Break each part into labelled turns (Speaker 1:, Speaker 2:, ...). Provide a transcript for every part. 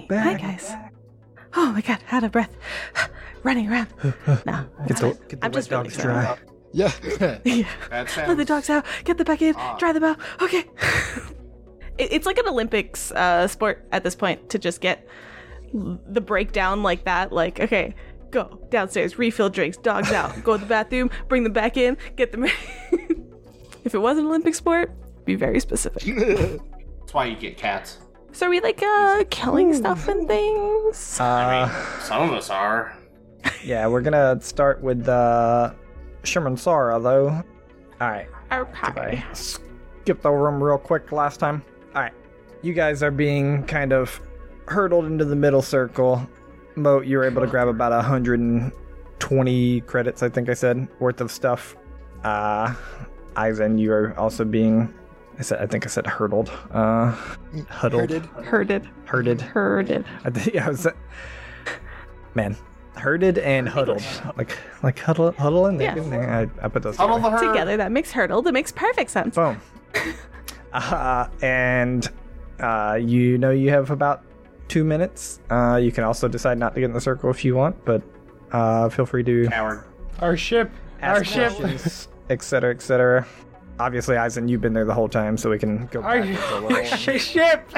Speaker 1: guys. Oh my god, out of breath. Running around. no.
Speaker 2: Get the, get the
Speaker 1: I'm
Speaker 2: wet
Speaker 1: just really
Speaker 2: dogs dry.
Speaker 3: Yeah.
Speaker 1: Yeah.
Speaker 3: Oh,
Speaker 4: That
Speaker 1: Let the
Speaker 4: sounds
Speaker 1: dogs out. Get the back in.
Speaker 4: odd.
Speaker 1: Dry them out. Okay. It- it's like an Olympics uh, sport at this point to just get the breakdown like that. Like, okay, go downstairs, refill drinks, dogs out, go to the bathroom, bring them back in, get them. if it was an Olympic sport, be very specific.
Speaker 4: That's why you get cats.
Speaker 1: So are we like uh, killing stuff and things?
Speaker 2: Uh,
Speaker 4: Some of us are.
Speaker 2: yeah, we're gonna start with uh, Shimmer Sora though. All right,
Speaker 1: Okay.
Speaker 2: I skipped over them real quick last time. All right, you guys are being kind of hurtled into the middle circle. Moat, you were able to grab about 120 credits, I think I said, worth of stuff. Uh, Aizen, you are also being, I said, I think I said hurtled. Uh, huddled,
Speaker 3: Herded.
Speaker 1: Herded.
Speaker 2: herded.
Speaker 1: Herded.
Speaker 2: I think yeah, I was, man, herded and huddled, like like huddle huddling.
Speaker 1: Yeah.
Speaker 2: I, I put those
Speaker 4: Huddle
Speaker 2: together.
Speaker 4: the herd.
Speaker 1: Together, that makes hurdled. That makes perfect sense.
Speaker 2: Boom. uh, and uh, you know you have about two minutes. Uh, you can also decide not to get in the circle if you want, but uh, feel free to
Speaker 4: Coward.
Speaker 5: Our ship. our ship.
Speaker 2: etc. etc. Obviously, Aizen, you've been there the whole time, so we can go
Speaker 5: Our,
Speaker 2: back.
Speaker 5: our sh- ship.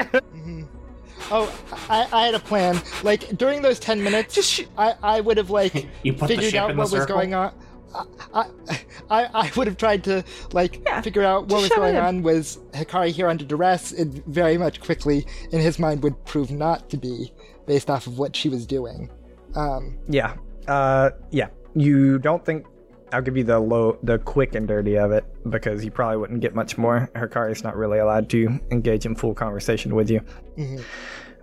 Speaker 3: Oh, I, I had a plan. Like during those ten minutes, I, I would have like
Speaker 4: You put the
Speaker 3: figured
Speaker 4: ship
Speaker 3: out
Speaker 4: in the
Speaker 3: what was
Speaker 4: circle?
Speaker 3: going on. I, I, I- I would have tried to like
Speaker 1: Yeah,
Speaker 3: figure out
Speaker 1: just
Speaker 3: what was
Speaker 1: shove it
Speaker 3: going
Speaker 1: in.
Speaker 3: on. Was Hikari here under duress? It very much quickly in his mind would prove not to be, based off of what she was doing. Um,
Speaker 2: Yeah. Uh, yeah. You don't think I'll give you the low, the quick and dirty of it because you probably wouldn't get much more. Hikari's not really allowed to engage in full conversation with you.
Speaker 3: mhm.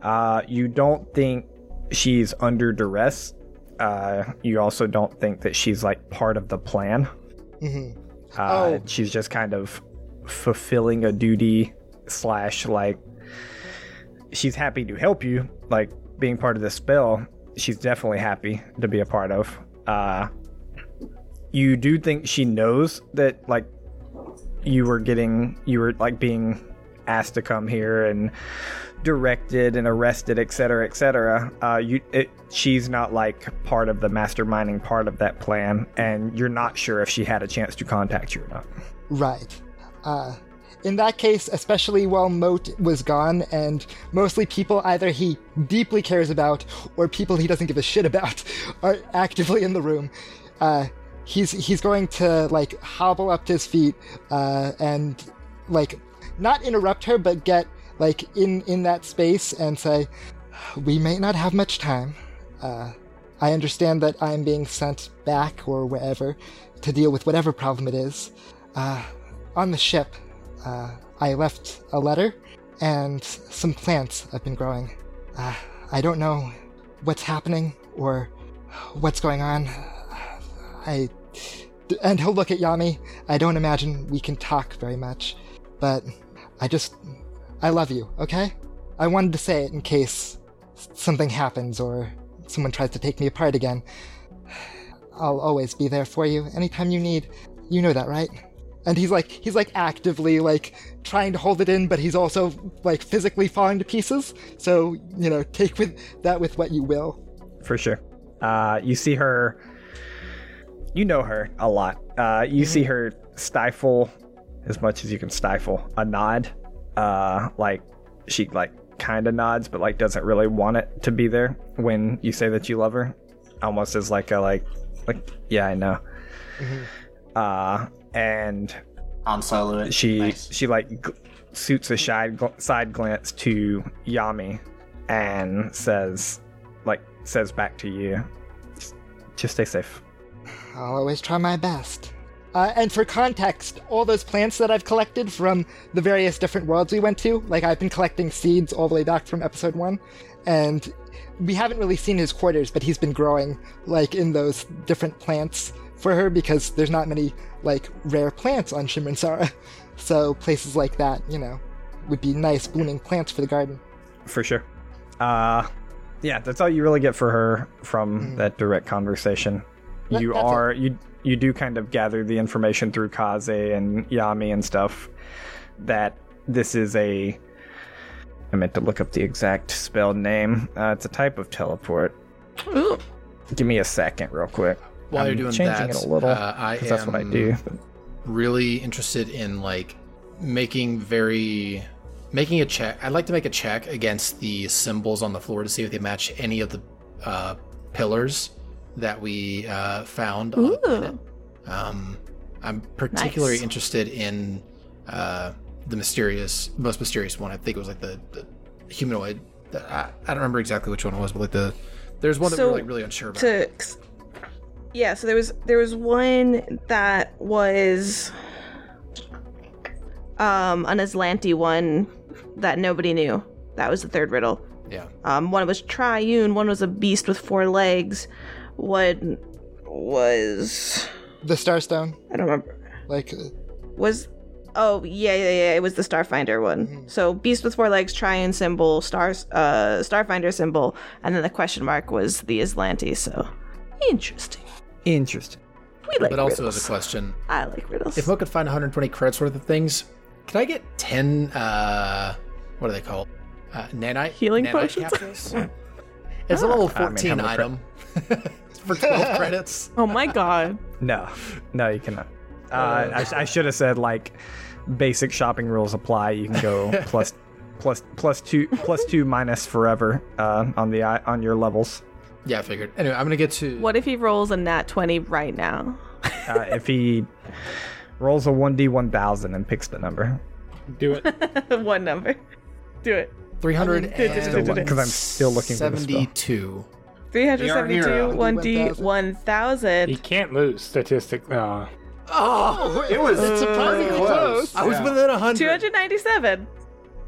Speaker 2: Uh, you don't think she's under duress. Uh, you also don't think that she's like part of the plan.
Speaker 3: Mhm.
Speaker 2: Uh,
Speaker 3: Oh.
Speaker 2: She's just kind of fulfilling a duty slash like she's happy to help you. Like being part of this spell, she's definitely happy to be a part of. Uh, you do think she knows that like you were getting you were like being asked to come here and directed and arrested etc etc uh you it, she's not like part of the masterminding part of that plan and you're not sure if she had a chance to contact you or not
Speaker 3: Right. Uh, in that case, especially while Moat was gone, and mostly people either he deeply cares about or people he doesn't give a shit about are actively in the room, uh, he's he's going to like hobble up to his feet uh, and like not interrupt her, but get like in in that space and say, "We may not have much time. Uh, I understand that I am being sent back or wherever to deal with whatever problem it is." uh, on the ship, uh, I left a letter and some plants I've been growing. Uh, I don't know what's happening or what's going on. I and he'll look at Yami. I don't imagine we can talk very much, but I just I love you. Okay, I wanted to say it in case something happens or someone tries to take me apart again. I'll always be there for you anytime you need. You know that, right? And he's like he's like actively like trying to hold it in, but he's also like physically falling to pieces. So, you know, take with that with what you will.
Speaker 2: for sure uh you see her you know her a lot uh you see her stifle as much as you can stifle a nod uh like she like kind of nods but like doesn't really want it to be there when you say that you love her almost as like a like like yeah i know uh and
Speaker 4: On solo.
Speaker 2: she
Speaker 4: Nice.
Speaker 2: she like gl- shoots a side gl- side glance to Yami and says like says back to you "Just- just stay safe
Speaker 3: I'll always try my best. Uh, and for context, all those plants that I've collected from the various different worlds we went to, like I've been collecting seeds all the way back from episode one, and we haven't really seen his quarters, but he's been growing like in those different plants for her because there's not many like rare plants on Shimrinsara. So places like that, you know, would be nice blooming plants for the garden.
Speaker 2: for sure uh yeah that's all you really get for her from that direct conversation
Speaker 3: That-
Speaker 2: you
Speaker 3: that's it.
Speaker 2: are you you do kind of gather the information through Kaze and Yami and stuff that this is a I meant to look up the exact spell name. Uh, it's a type of teleport.
Speaker 1: Ooh.
Speaker 2: Give me a second, real quick.
Speaker 6: While
Speaker 2: I'm
Speaker 6: you're doing
Speaker 2: changing
Speaker 6: that,
Speaker 2: it a little,
Speaker 6: uh, I
Speaker 2: 'cause that's what I
Speaker 6: am-
Speaker 2: do.
Speaker 6: really interested in like making very making a check i'd like to make a check against the symbols on the floor to see if they match any of the uh, pillars that we uh, found on the planet.
Speaker 1: Ooh.
Speaker 6: um, i'm particularly
Speaker 1: Nice.
Speaker 6: interested in uh, the mysterious most mysterious one i think it was like the, the humanoid I, I don't remember exactly which one it was but like the there's one that
Speaker 1: So,
Speaker 6: we're like really unsure about
Speaker 1: to yeah so there was there was one that was um an aslanti one that nobody knew that was the third riddle
Speaker 6: yeah
Speaker 1: um one was triune one was a beast with four legs one was
Speaker 3: The Starstone,
Speaker 1: i don't remember
Speaker 3: like uh,
Speaker 1: was oh yeah yeah yeah it was the starfinder one so beast with four legs triune symbol stars uh starfinder symbol and then the question mark was the aslanti so interesting
Speaker 2: Interesting.
Speaker 1: we like
Speaker 6: but also
Speaker 1: riddles.
Speaker 6: as a question
Speaker 1: I like riddles.
Speaker 6: If Mo could find 120 credits worth of things, could I get 10, uh, what are they called? Uh, nanite?
Speaker 1: Healing
Speaker 6: nanite
Speaker 1: potions?
Speaker 6: capsules? it's a level
Speaker 2: Ah, I mean,
Speaker 6: 14
Speaker 2: how many
Speaker 6: item for 12 credits.
Speaker 1: oh my god.
Speaker 2: No, no, you cannot. Uh, I, I should have said like basic shopping rules apply. You can go plus plus plus two plus two minus forever uh, on the i- on your levels.
Speaker 6: Yeah, I figured. Anyway, I'm going to get to.
Speaker 1: What if he rolls a nat 20 right now?
Speaker 2: Uh, if he rolls a one d one thousand and picks the number,
Speaker 5: Do it.
Speaker 1: One number. Do it.
Speaker 6: 300
Speaker 2: still one because I'm still looking for the spell.
Speaker 6: 72.
Speaker 4: We are
Speaker 1: 372,
Speaker 4: hero.
Speaker 1: 1D,
Speaker 5: He
Speaker 1: 1000.
Speaker 5: can't lose statistically. Uh,
Speaker 6: Oh,
Speaker 3: it was it's surprisingly close.
Speaker 6: I was within 100.
Speaker 1: 297.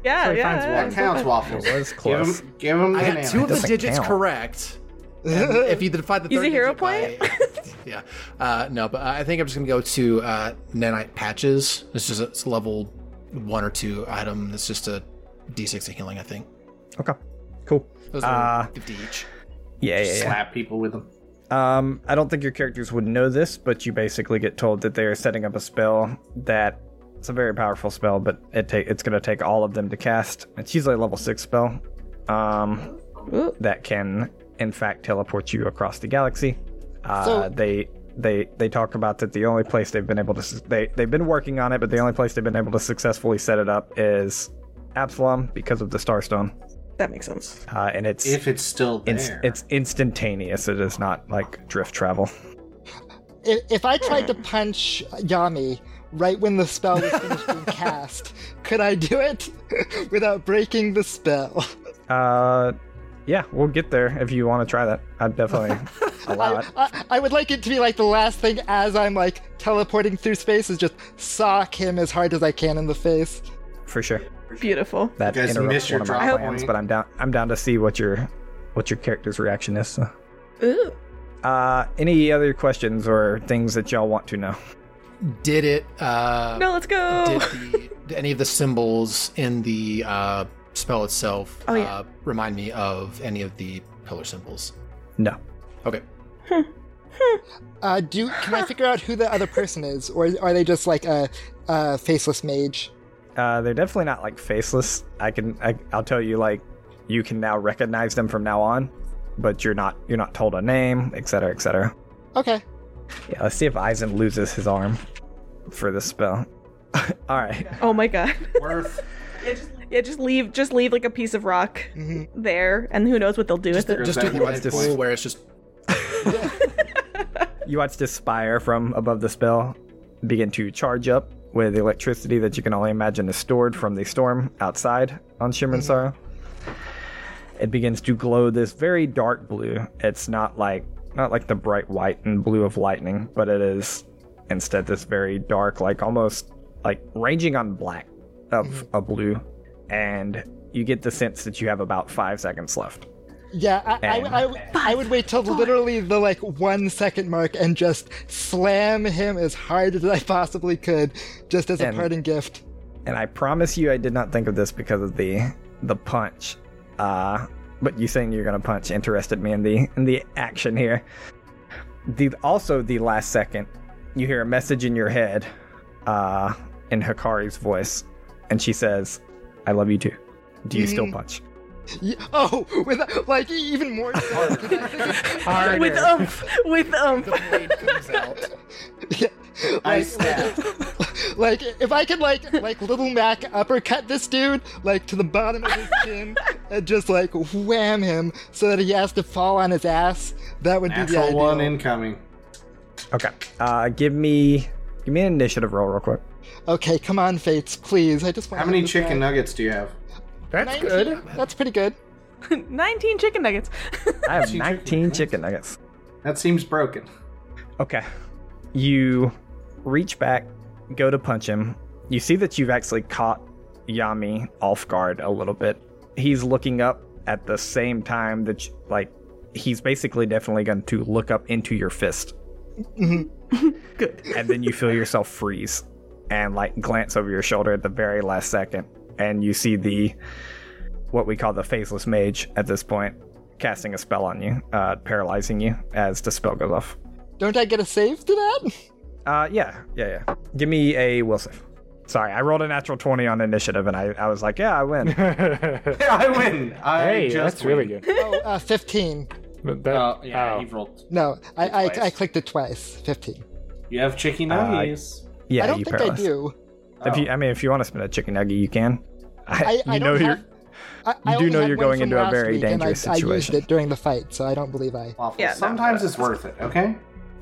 Speaker 1: Yeah,
Speaker 5: he finds
Speaker 1: yeah.
Speaker 4: That counts, Waffles.
Speaker 2: It was close.
Speaker 4: Give him, give him
Speaker 6: I
Speaker 4: an
Speaker 6: got two
Speaker 4: anime.
Speaker 6: of the
Speaker 2: doesn't
Speaker 6: digits
Speaker 2: count.
Speaker 6: correct. And if you divide the
Speaker 1: Use a
Speaker 6: third
Speaker 1: hero
Speaker 6: digit by- yeah. Uh, no, but I think I'm just gonna go to uh, nanite patches. This is a, it's a level one or two item. That's just a D6 of healing. I think
Speaker 2: Okay, cool.
Speaker 6: those are
Speaker 2: Uh,
Speaker 6: 50 each.
Speaker 2: Yeah, yeah, yeah.
Speaker 4: Slap people with them.
Speaker 2: Um, I don't think your characters would know this, but you basically get told that they are setting up a spell that it's a very powerful spell, but it ta- it's going to take all of them to cast. It's usually a level six spell um,
Speaker 1: Ooh.
Speaker 2: that can, in fact, teleport you across the galaxy. Uh,
Speaker 3: So-
Speaker 2: they they they talk about that the only place they've been able to su- they they've been working on it, but the only place they've been able to successfully set it up is Absalom because of the Starstone,
Speaker 1: That makes sense.
Speaker 2: uh, and it's.
Speaker 4: If it's still there.
Speaker 2: it's, it's instantaneous. It is not like drift travel.
Speaker 3: if, if I tried to punch Yami right when the spell was finished being cast, could I do it without breaking the spell?
Speaker 2: Uh, yeah, we'll get there if you want to try that. I'd definitely allow it.
Speaker 3: I, I would like it to be like the last thing as I'm like teleporting through space is just sock him as hard as I can in the face.
Speaker 2: for sure.
Speaker 1: Beautiful.
Speaker 2: That
Speaker 4: You guys
Speaker 2: interrupts
Speaker 4: missed your
Speaker 2: one of my
Speaker 4: drop
Speaker 2: plans,
Speaker 4: point.
Speaker 2: but I'm down. I'm down to see what your what your character's reaction is. so.
Speaker 1: Ooh.
Speaker 2: Uh, any other questions or things that y'all want to know?
Speaker 6: Did it? Uh,
Speaker 1: No, let's go.
Speaker 6: did, the, did any of the symbols in the uh, spell itself
Speaker 1: Oh, yeah.
Speaker 6: uh, remind me of any of the pillar symbols?
Speaker 2: No.
Speaker 6: Okay.
Speaker 3: Uh, do can I figure out who the other person is, or are they just like a, a faceless mage?
Speaker 2: Uh, they're definitely not like faceless. I can. I, I'll tell you. Like, you can now recognize them from now on, but you're not. You're not told a name, etc., cetera, etc. Cetera.
Speaker 3: Okay.
Speaker 2: Yeah. Let's see if Aizen loses his arm for this spell. All right.
Speaker 1: Oh my god.
Speaker 4: worth.
Speaker 1: Yeah, just leave just leave like a piece of rock there and who knows what they'll do with it.
Speaker 6: Just
Speaker 4: that
Speaker 6: do the
Speaker 4: one
Speaker 6: one
Speaker 4: hit
Speaker 6: pool
Speaker 4: point.
Speaker 6: where it's just
Speaker 2: You watch this spire from above the spell begin to charge up with electricity that you can only imagine is stored from the storm outside on Shimmer and Sorrow. It begins to glow this very dark blue. It's not like not like the bright white and blue of lightning, but it is instead this very dark, like almost like ranging on black of a blue. And you get the sense that you have about five seconds left.
Speaker 3: Yeah, I, I, I, I would wait till literally the like one second mark and just slam him as hard as I possibly could, just as a
Speaker 2: And-
Speaker 3: parting gift.
Speaker 2: and I promise you, I did not think of this because of the the punch. Uh, but you saying you're gonna punch interested me in the in the action here. The also the last second, you hear a message in your head, uh, in Hikari's voice, and she says, "I love you too." Do you still punch?
Speaker 3: Y- Oh, with like even more.
Speaker 5: Harder.
Speaker 1: With umph, with um, umph.
Speaker 6: The blade comes out.
Speaker 3: Yeah,
Speaker 4: I
Speaker 3: like,
Speaker 4: stab.
Speaker 3: like if I could like like little Mac uppercut this dude like to the bottom of his chin and just like wham him so that he has to fall on his ass, that would be the
Speaker 4: Natural
Speaker 3: ideal.
Speaker 4: one incoming.
Speaker 2: Okay. Uh, give me give me an initiative roll real quick.
Speaker 3: okay, come on, Fates, please. I just want
Speaker 4: How many chicken nuggets do you have?
Speaker 5: That's
Speaker 3: good. That's pretty good.
Speaker 1: 19 chicken nuggets.
Speaker 2: I have 19 chicken nuggets.
Speaker 4: That seems broken.
Speaker 2: Okay. You reach back, go to punch him. You see that you've actually caught Yami off guard a little bit. He's looking up at the same time that, you, like, he's basically definitely going to look up into your fist.
Speaker 1: Good.
Speaker 2: And then you feel yourself freeze and, like, glance over your shoulder at the very last second. And you see the, what we call the faceless mage at this point, casting a spell on you, uh, paralyzing you as the spell goes off.
Speaker 3: Don't I get a save to that?
Speaker 2: Uh, yeah, yeah, yeah. Give me a will save. Sorry, I rolled a natural 20 on initiative and I, I was like, yeah, I win.
Speaker 5: good.
Speaker 4: I win. I
Speaker 5: hey,
Speaker 4: just
Speaker 5: that's really
Speaker 4: win.
Speaker 5: good.
Speaker 3: Oh, uh, fifteen.
Speaker 5: But that,
Speaker 4: Oh, yeah,
Speaker 5: oh.
Speaker 4: you've rolled.
Speaker 3: No, I, I
Speaker 4: Twice.
Speaker 3: I clicked it twice. Fifteen.
Speaker 4: You have chicken
Speaker 2: Uh,
Speaker 4: nuggets. Oh,
Speaker 2: Yeah,
Speaker 3: I don't
Speaker 2: you
Speaker 3: think
Speaker 2: paralyzed.
Speaker 3: I do.
Speaker 2: If you, I mean, if you want to spin a chicken nugget, you can.
Speaker 3: I, I
Speaker 2: you
Speaker 3: don't
Speaker 2: know
Speaker 3: have.
Speaker 2: you're.
Speaker 3: I, I
Speaker 2: you do
Speaker 3: only
Speaker 2: know
Speaker 3: had
Speaker 2: you're
Speaker 3: one
Speaker 2: going
Speaker 3: from
Speaker 2: into a
Speaker 3: last
Speaker 2: very
Speaker 3: week, and
Speaker 2: dangerous
Speaker 3: I, I used
Speaker 2: situation.
Speaker 3: it during the fight, so I don't believe I.
Speaker 4: Waffles.
Speaker 1: Yeah, no,
Speaker 4: Sometimes it's worth it, okay?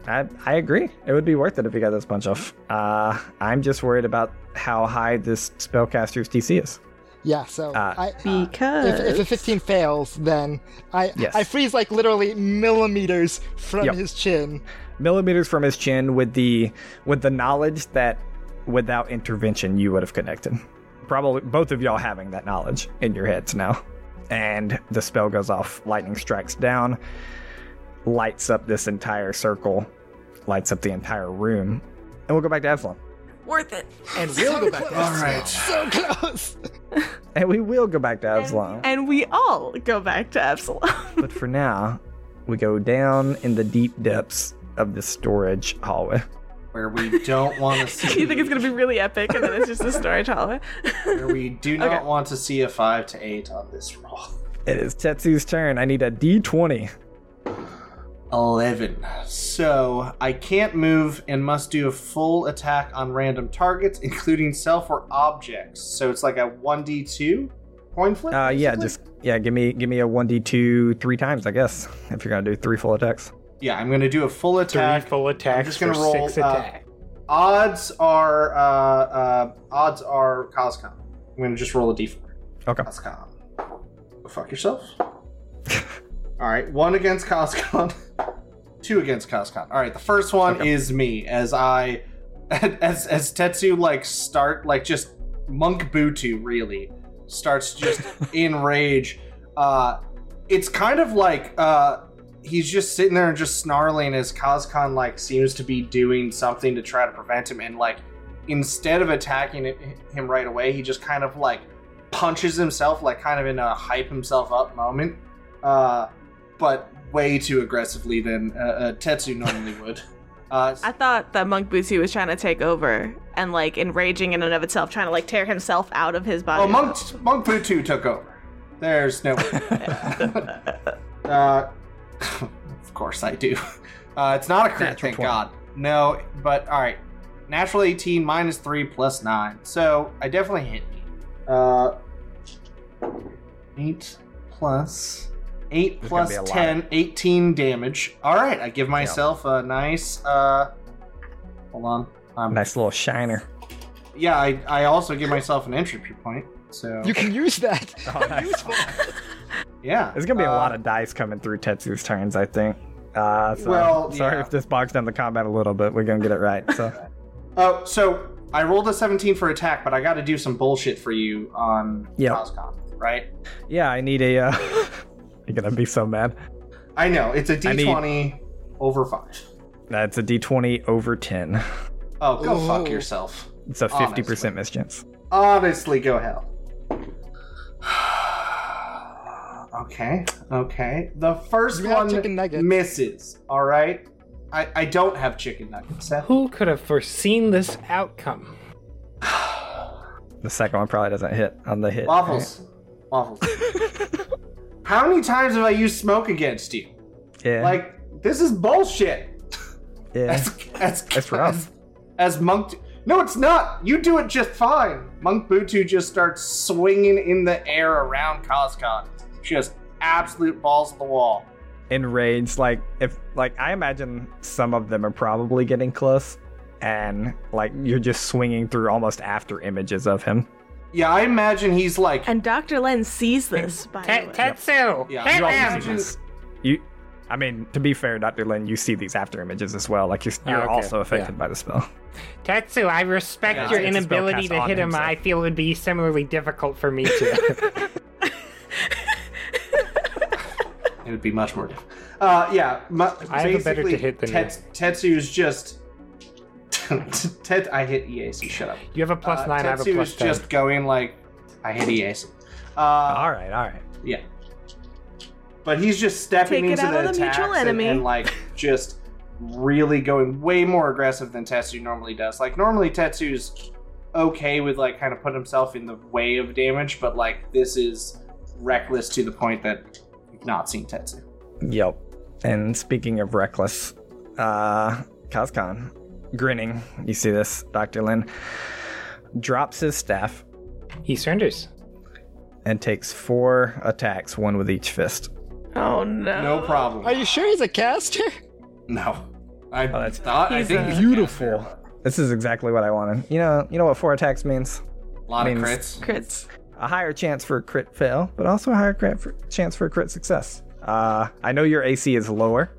Speaker 2: I, I agree. It would be worth it if you got this punch off. Uh, I'm just worried about how high this spellcaster's DC is.
Speaker 3: Yeah, so
Speaker 2: Ah.
Speaker 3: I,
Speaker 1: Because.
Speaker 3: if, if a 15 fails, then I
Speaker 2: Yes.
Speaker 3: I freeze like literally millimeters from
Speaker 2: Yep.
Speaker 3: his chin.
Speaker 2: Millimeters from his chin, with the with the knowledge that without intervention you would have connected. Probably both of y'all having that knowledge in your heads now. And the spell goes off. Lightning strikes down, lights up this entire circle, lights up the entire room, and we'll go back to Absalom.
Speaker 1: Worth it.
Speaker 6: And we'll go back to All right.
Speaker 3: So close.
Speaker 2: And we will go back to Absalom.
Speaker 1: And we all go back to Absalom.
Speaker 2: But for now, we go down in the deep depths of the storage hallway.
Speaker 4: Where we don't want to see.
Speaker 1: you think it's going to be really epic, and then it's just a storage hallway.
Speaker 4: Where we do not
Speaker 1: Okay.
Speaker 4: want to see a five to eight on this roll.
Speaker 2: It is Tetsu's turn. I need a D20.
Speaker 4: 11. So I can't move and must do a full attack on random targets, including self or objects. So it's like a 1d2 coin flip?
Speaker 2: Uh, yeah,
Speaker 4: basically?
Speaker 2: just yeah. Give me give me a one d two three times, I guess. If you're gonna do three full attacks,
Speaker 4: Yeah, I'm going to do a full attack.
Speaker 5: Three full
Speaker 4: I'm
Speaker 5: attacks
Speaker 4: just
Speaker 5: for
Speaker 4: gonna roll,
Speaker 5: six
Speaker 4: uh,
Speaker 5: attacks.
Speaker 4: Odds are, uh, uh, odds are Coscom. I'm going to just roll a d4.
Speaker 2: Okay.
Speaker 4: Coscom. Go Fuck yourself. All right, one against Coscon, two against Coscon. All right, the first one is me as I, as as Tetsu like start like just monk Butu really starts just in rage. Uh, it's kind of like uh, he's just sitting there and just snarling as Coscon like seems to be doing something to try to prevent him, and like instead of attacking i- him right away, he just kind of like punches himself like kind of in a hype himself up moment. Uh, but way too aggressively than uh, uh, Tetsu normally would. Uh,
Speaker 1: I thought that Monk Bootsy was trying to take over and, like, enraging in and of itself, trying to, like, tear himself out of his body.
Speaker 4: oh, Monk Monk Butu took over. There's no way. uh, of course I do. Uh, it's not a crit,
Speaker 2: Natural
Speaker 4: thank
Speaker 2: 20.
Speaker 4: God. No, but all right. Natural 18 minus 3 plus 9. So I definitely hit me. Uh, 8 plus 8
Speaker 2: There's
Speaker 4: plus
Speaker 2: gonna be a lot
Speaker 4: 10, 18 damage. All right, I give myself a nice. Uh, hold on. I'm,
Speaker 2: nice little shiner.
Speaker 4: Yeah, I, I also give myself an entropy point. So
Speaker 3: You can use that.
Speaker 4: yeah,
Speaker 2: There's gonna be a
Speaker 4: Uh,
Speaker 2: lot of dice coming through Tetsu's turns, I think. Uh, so,
Speaker 4: Well,
Speaker 2: sorry
Speaker 4: yeah.
Speaker 2: if this bogs down the combat a little bit. We're gonna get it right. So,
Speaker 4: Oh, so I rolled a 17 for attack, but I got to do some bullshit for you on
Speaker 2: Yeah.
Speaker 4: Coscom, right?
Speaker 2: yeah, I need a. Uh, you're gonna be so mad.
Speaker 4: I know it's a
Speaker 2: I need-
Speaker 4: D20 over five.
Speaker 2: That's a d20 over 10.
Speaker 4: Oh, go
Speaker 3: Ooh.
Speaker 4: fuck yourself.
Speaker 2: It's a 50%
Speaker 4: Honestly.
Speaker 2: mischance.
Speaker 4: Honestly, go hell. okay, okay. The first
Speaker 3: You have chicken nuggets.
Speaker 4: one misses. All right. I, I don't have chicken nuggets. Seth.
Speaker 5: Who could have foreseen this outcome?
Speaker 2: The second one probably doesn't hit on the hit.
Speaker 4: Waffles. waffles. How many times have I used smoke against you?
Speaker 2: Yeah.
Speaker 4: Like this is bullshit.
Speaker 2: yeah.
Speaker 4: As, as,
Speaker 2: That's rough.
Speaker 4: As, as Monk. No, it's not. You do it just fine. Monk Butu just starts swinging in the air around Coscon. Just absolute balls to the wall.
Speaker 2: enraged like if like i imagine some of them are probably getting close and like you're just swinging through almost after images of him
Speaker 4: Yeah, I imagine he's like.
Speaker 1: And Dr. Len sees this, by the
Speaker 5: Te-
Speaker 1: way.
Speaker 5: Tetsu!
Speaker 4: Yeah.
Speaker 5: hit
Speaker 4: You all
Speaker 5: him!
Speaker 4: see this.
Speaker 2: you i mean to be fair dr lin you see these after images as well like you're, you're
Speaker 5: okay.
Speaker 2: also affected by the spell
Speaker 5: Tetsu, I respect
Speaker 4: Yeah,
Speaker 5: your
Speaker 2: it's a spell
Speaker 5: inability
Speaker 2: cast
Speaker 5: to
Speaker 2: on
Speaker 5: hit him.
Speaker 2: himself.
Speaker 5: I feel it would be similarly difficult for me to.
Speaker 4: It would be much more difficult. Uh, yeah. mu-
Speaker 5: I have a better
Speaker 4: basically,
Speaker 5: to hit than
Speaker 4: Tet- Tetsu's just. Tet, I hit EAC. Shut up.
Speaker 5: you have a plus
Speaker 4: Uh,
Speaker 5: nine, I have a
Speaker 4: Tetsu
Speaker 5: plus
Speaker 4: is
Speaker 5: ten.
Speaker 4: just going like, I hit EAC. Uh,
Speaker 2: all right all right
Speaker 4: Yeah. But he's just stepping
Speaker 1: Take it
Speaker 4: into
Speaker 1: out
Speaker 4: the,
Speaker 1: on the
Speaker 4: attacks
Speaker 1: mutual
Speaker 4: and-
Speaker 1: enemy.
Speaker 4: And, like just really going way more aggressive than Tetsu normally does. Like normally Tetsu's okay with like kind of putting himself in the way of damage, but like this is reckless to the point that we've not seen Tetsu.
Speaker 2: yep and speaking of reckless uh kazkan grinning you see this dr lin drops his staff
Speaker 5: He surrenders.
Speaker 2: and takes four attacks one with each fist
Speaker 1: Oh no.
Speaker 4: No problem.
Speaker 3: Are you sure he's a caster?
Speaker 4: no. I
Speaker 2: Oh, that's-
Speaker 4: thought I
Speaker 1: He's
Speaker 4: think
Speaker 1: a-
Speaker 4: he's a
Speaker 2: Beautiful.
Speaker 4: caster.
Speaker 2: This is exactly what I wanted. You know, you know what four attacks means?
Speaker 4: A lot of
Speaker 2: Means-
Speaker 4: crits.
Speaker 1: Crits.
Speaker 2: A higher chance for a crit fail, but also a higher crit for, chance for a crit success. Uh, I know your AC is lower,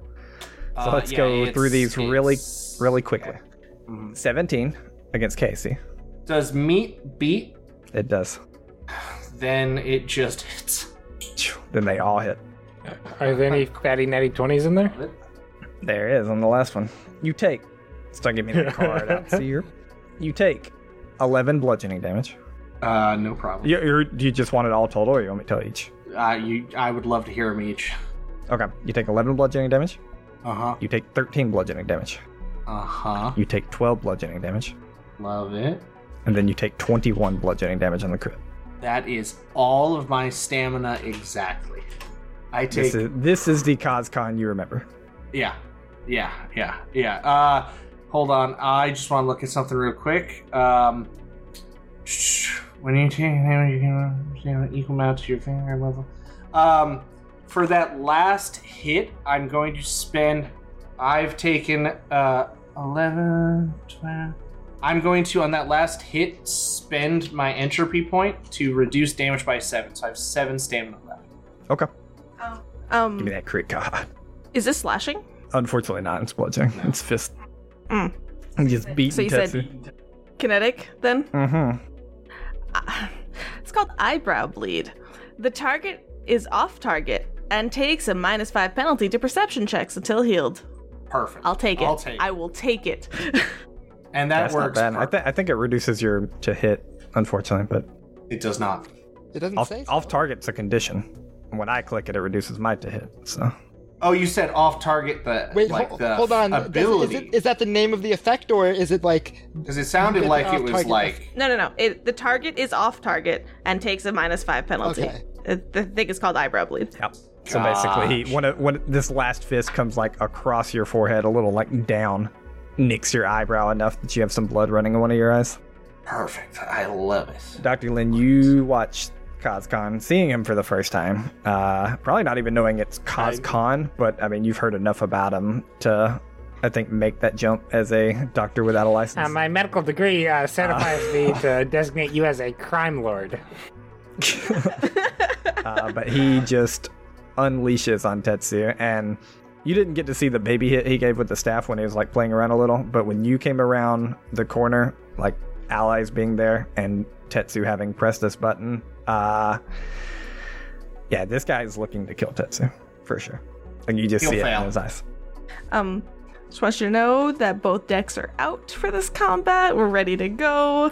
Speaker 2: so
Speaker 4: Uh,
Speaker 2: let's
Speaker 4: yeah,
Speaker 2: go through
Speaker 4: it's- Mm-hmm.
Speaker 2: these really,
Speaker 4: it's-
Speaker 2: really quickly. 17 against Casey.
Speaker 4: Does meat beat?
Speaker 2: It does.
Speaker 4: Then it just hits.
Speaker 2: Phew, Then they all hit.
Speaker 5: Are there any fatty natty 20s in there?
Speaker 2: There it is on the last one. You take. Start giving me that card out. See your. You take 11 bludgeoning damage.
Speaker 4: Uh, no problem.
Speaker 2: You, you're, do you just want it all total, or you want me to tell each?
Speaker 4: Uh, you, I would love to hear them each.
Speaker 2: Okay. You take 11 bludgeoning damage.
Speaker 4: Uh huh.
Speaker 2: You take 13 bludgeoning damage.
Speaker 4: Uh huh.
Speaker 2: You take 12 bludgeoning damage,
Speaker 4: Love it.
Speaker 2: and then you take 21 bludgeoning damage on the crit.
Speaker 4: That is all of my stamina exactly. I take.
Speaker 2: This is, this is the Kazcon you remember.
Speaker 4: Yeah. Yeah. Yeah. Yeah. Uh, hold on. I just want to look at something real quick. Um, shh. when you take damage, you can you know, equal amount to your finger level. Um, for that last hit, I'm going to spend. I've taken uh, 11, 12. I'm going to, on that last hit, spend my entropy point to reduce damage by 7. So I have 7 stamina left.
Speaker 2: Okay. Give me
Speaker 1: Um,
Speaker 2: that crit god.
Speaker 1: is this slashing?
Speaker 2: Unfortunately, not. It's bludgeoning. It's fist.
Speaker 1: Mm.
Speaker 2: You just beat
Speaker 1: So you said- Kinetic, then?
Speaker 2: Mm-hmm.
Speaker 1: It's called eyebrow bleed. The target is off target and takes a minus five penalty to perception checks until healed.
Speaker 4: Perfect.
Speaker 1: I'll take it.
Speaker 4: I'll take
Speaker 1: I
Speaker 4: it.
Speaker 1: will take it.
Speaker 4: And that
Speaker 2: That's not
Speaker 4: works.
Speaker 2: bad. I,
Speaker 4: perfect.
Speaker 2: th- I think it reduces your to hit, unfortunately, but
Speaker 4: It does not.
Speaker 3: It doesn't
Speaker 2: off,
Speaker 3: say. so.
Speaker 2: off target's a condition. And When I click it, it reduces my to hit. So
Speaker 4: Oh, you said off target the
Speaker 3: Wait,
Speaker 4: like
Speaker 3: hol-
Speaker 4: the
Speaker 3: hold on. Does it- Is,
Speaker 4: ability
Speaker 3: it, is that the name of the effect, or is it like
Speaker 4: because it, sounded
Speaker 3: Get
Speaker 4: like
Speaker 3: off
Speaker 4: it was
Speaker 3: target
Speaker 4: like
Speaker 1: no, no, no. It, the target is off target and takes a minus five penalty.
Speaker 3: Okay.
Speaker 1: Uh, The thing is called eyebrow bleed.
Speaker 2: yep. So basically, he, when it, when it- this last fist comes like across your forehead, a little like down, nicks your eyebrow enough that you have some blood running in one of your eyes.
Speaker 4: perfect. I love it.
Speaker 2: Dr. Lin, you watched Kazcon, seeing him for the first time. Uh, probably not even knowing it's Kazcon, but I mean, you've heard enough about him to, I think, make that jump as a doctor without a license.
Speaker 5: Uh, my medical degree uh, certifies me to designate you as a crime lord.
Speaker 2: uh, but he just unleashes on Tetsu, and you didn't get to see the baby hit he gave with the staff when he was like playing around a little. But when you came around the corner, like allies being there and Tetsu having pressed this button, uh, yeah, this guy is looking to kill Tetsu for sure. And you just
Speaker 4: He'll
Speaker 2: see it
Speaker 4: fail.
Speaker 2: in his eyes.
Speaker 1: Um, just want you to know that both decks are out for this combat. We're ready to go.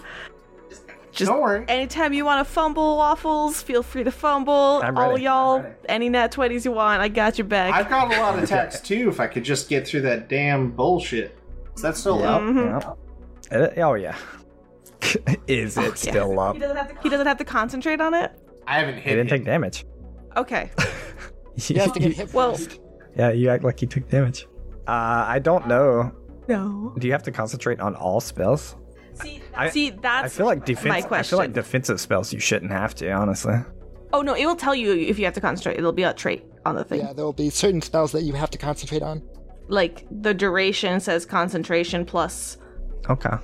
Speaker 1: Just
Speaker 4: Don't worry.
Speaker 1: Anytime you want to fumble waffles, feel free to fumble.
Speaker 2: I'm
Speaker 1: All
Speaker 2: ready.
Speaker 1: y'all,
Speaker 4: ready.
Speaker 1: any nat twenties you want, I got your back.
Speaker 4: I've got a lot of attacks too. If I could just get through that damn bullshit. Is that still up?
Speaker 1: Mm-hmm.
Speaker 2: Yep. Uh, Oh yeah, is it still up?
Speaker 1: He doesn't have to concentrate on it.
Speaker 4: I haven't
Speaker 2: He
Speaker 4: hit
Speaker 2: didn't
Speaker 4: him.
Speaker 2: take damage.
Speaker 1: Okay.
Speaker 3: You have to get hit
Speaker 1: Well-
Speaker 3: first.
Speaker 2: yeah, you act like you took damage. Uh, I don't know.
Speaker 1: No.
Speaker 2: Do you have to concentrate on all spells?
Speaker 1: See,
Speaker 2: I-
Speaker 1: see that's
Speaker 2: I feel like defense.
Speaker 1: my
Speaker 2: I feel
Speaker 1: question.
Speaker 2: like defensive spells you shouldn't have to, honestly.
Speaker 1: oh no, it will tell you if you have to concentrate. It'll be a trait on the thing.
Speaker 3: Yeah, there will be certain spells that you have to concentrate on.
Speaker 1: Like the duration says concentration plus.
Speaker 2: Okay,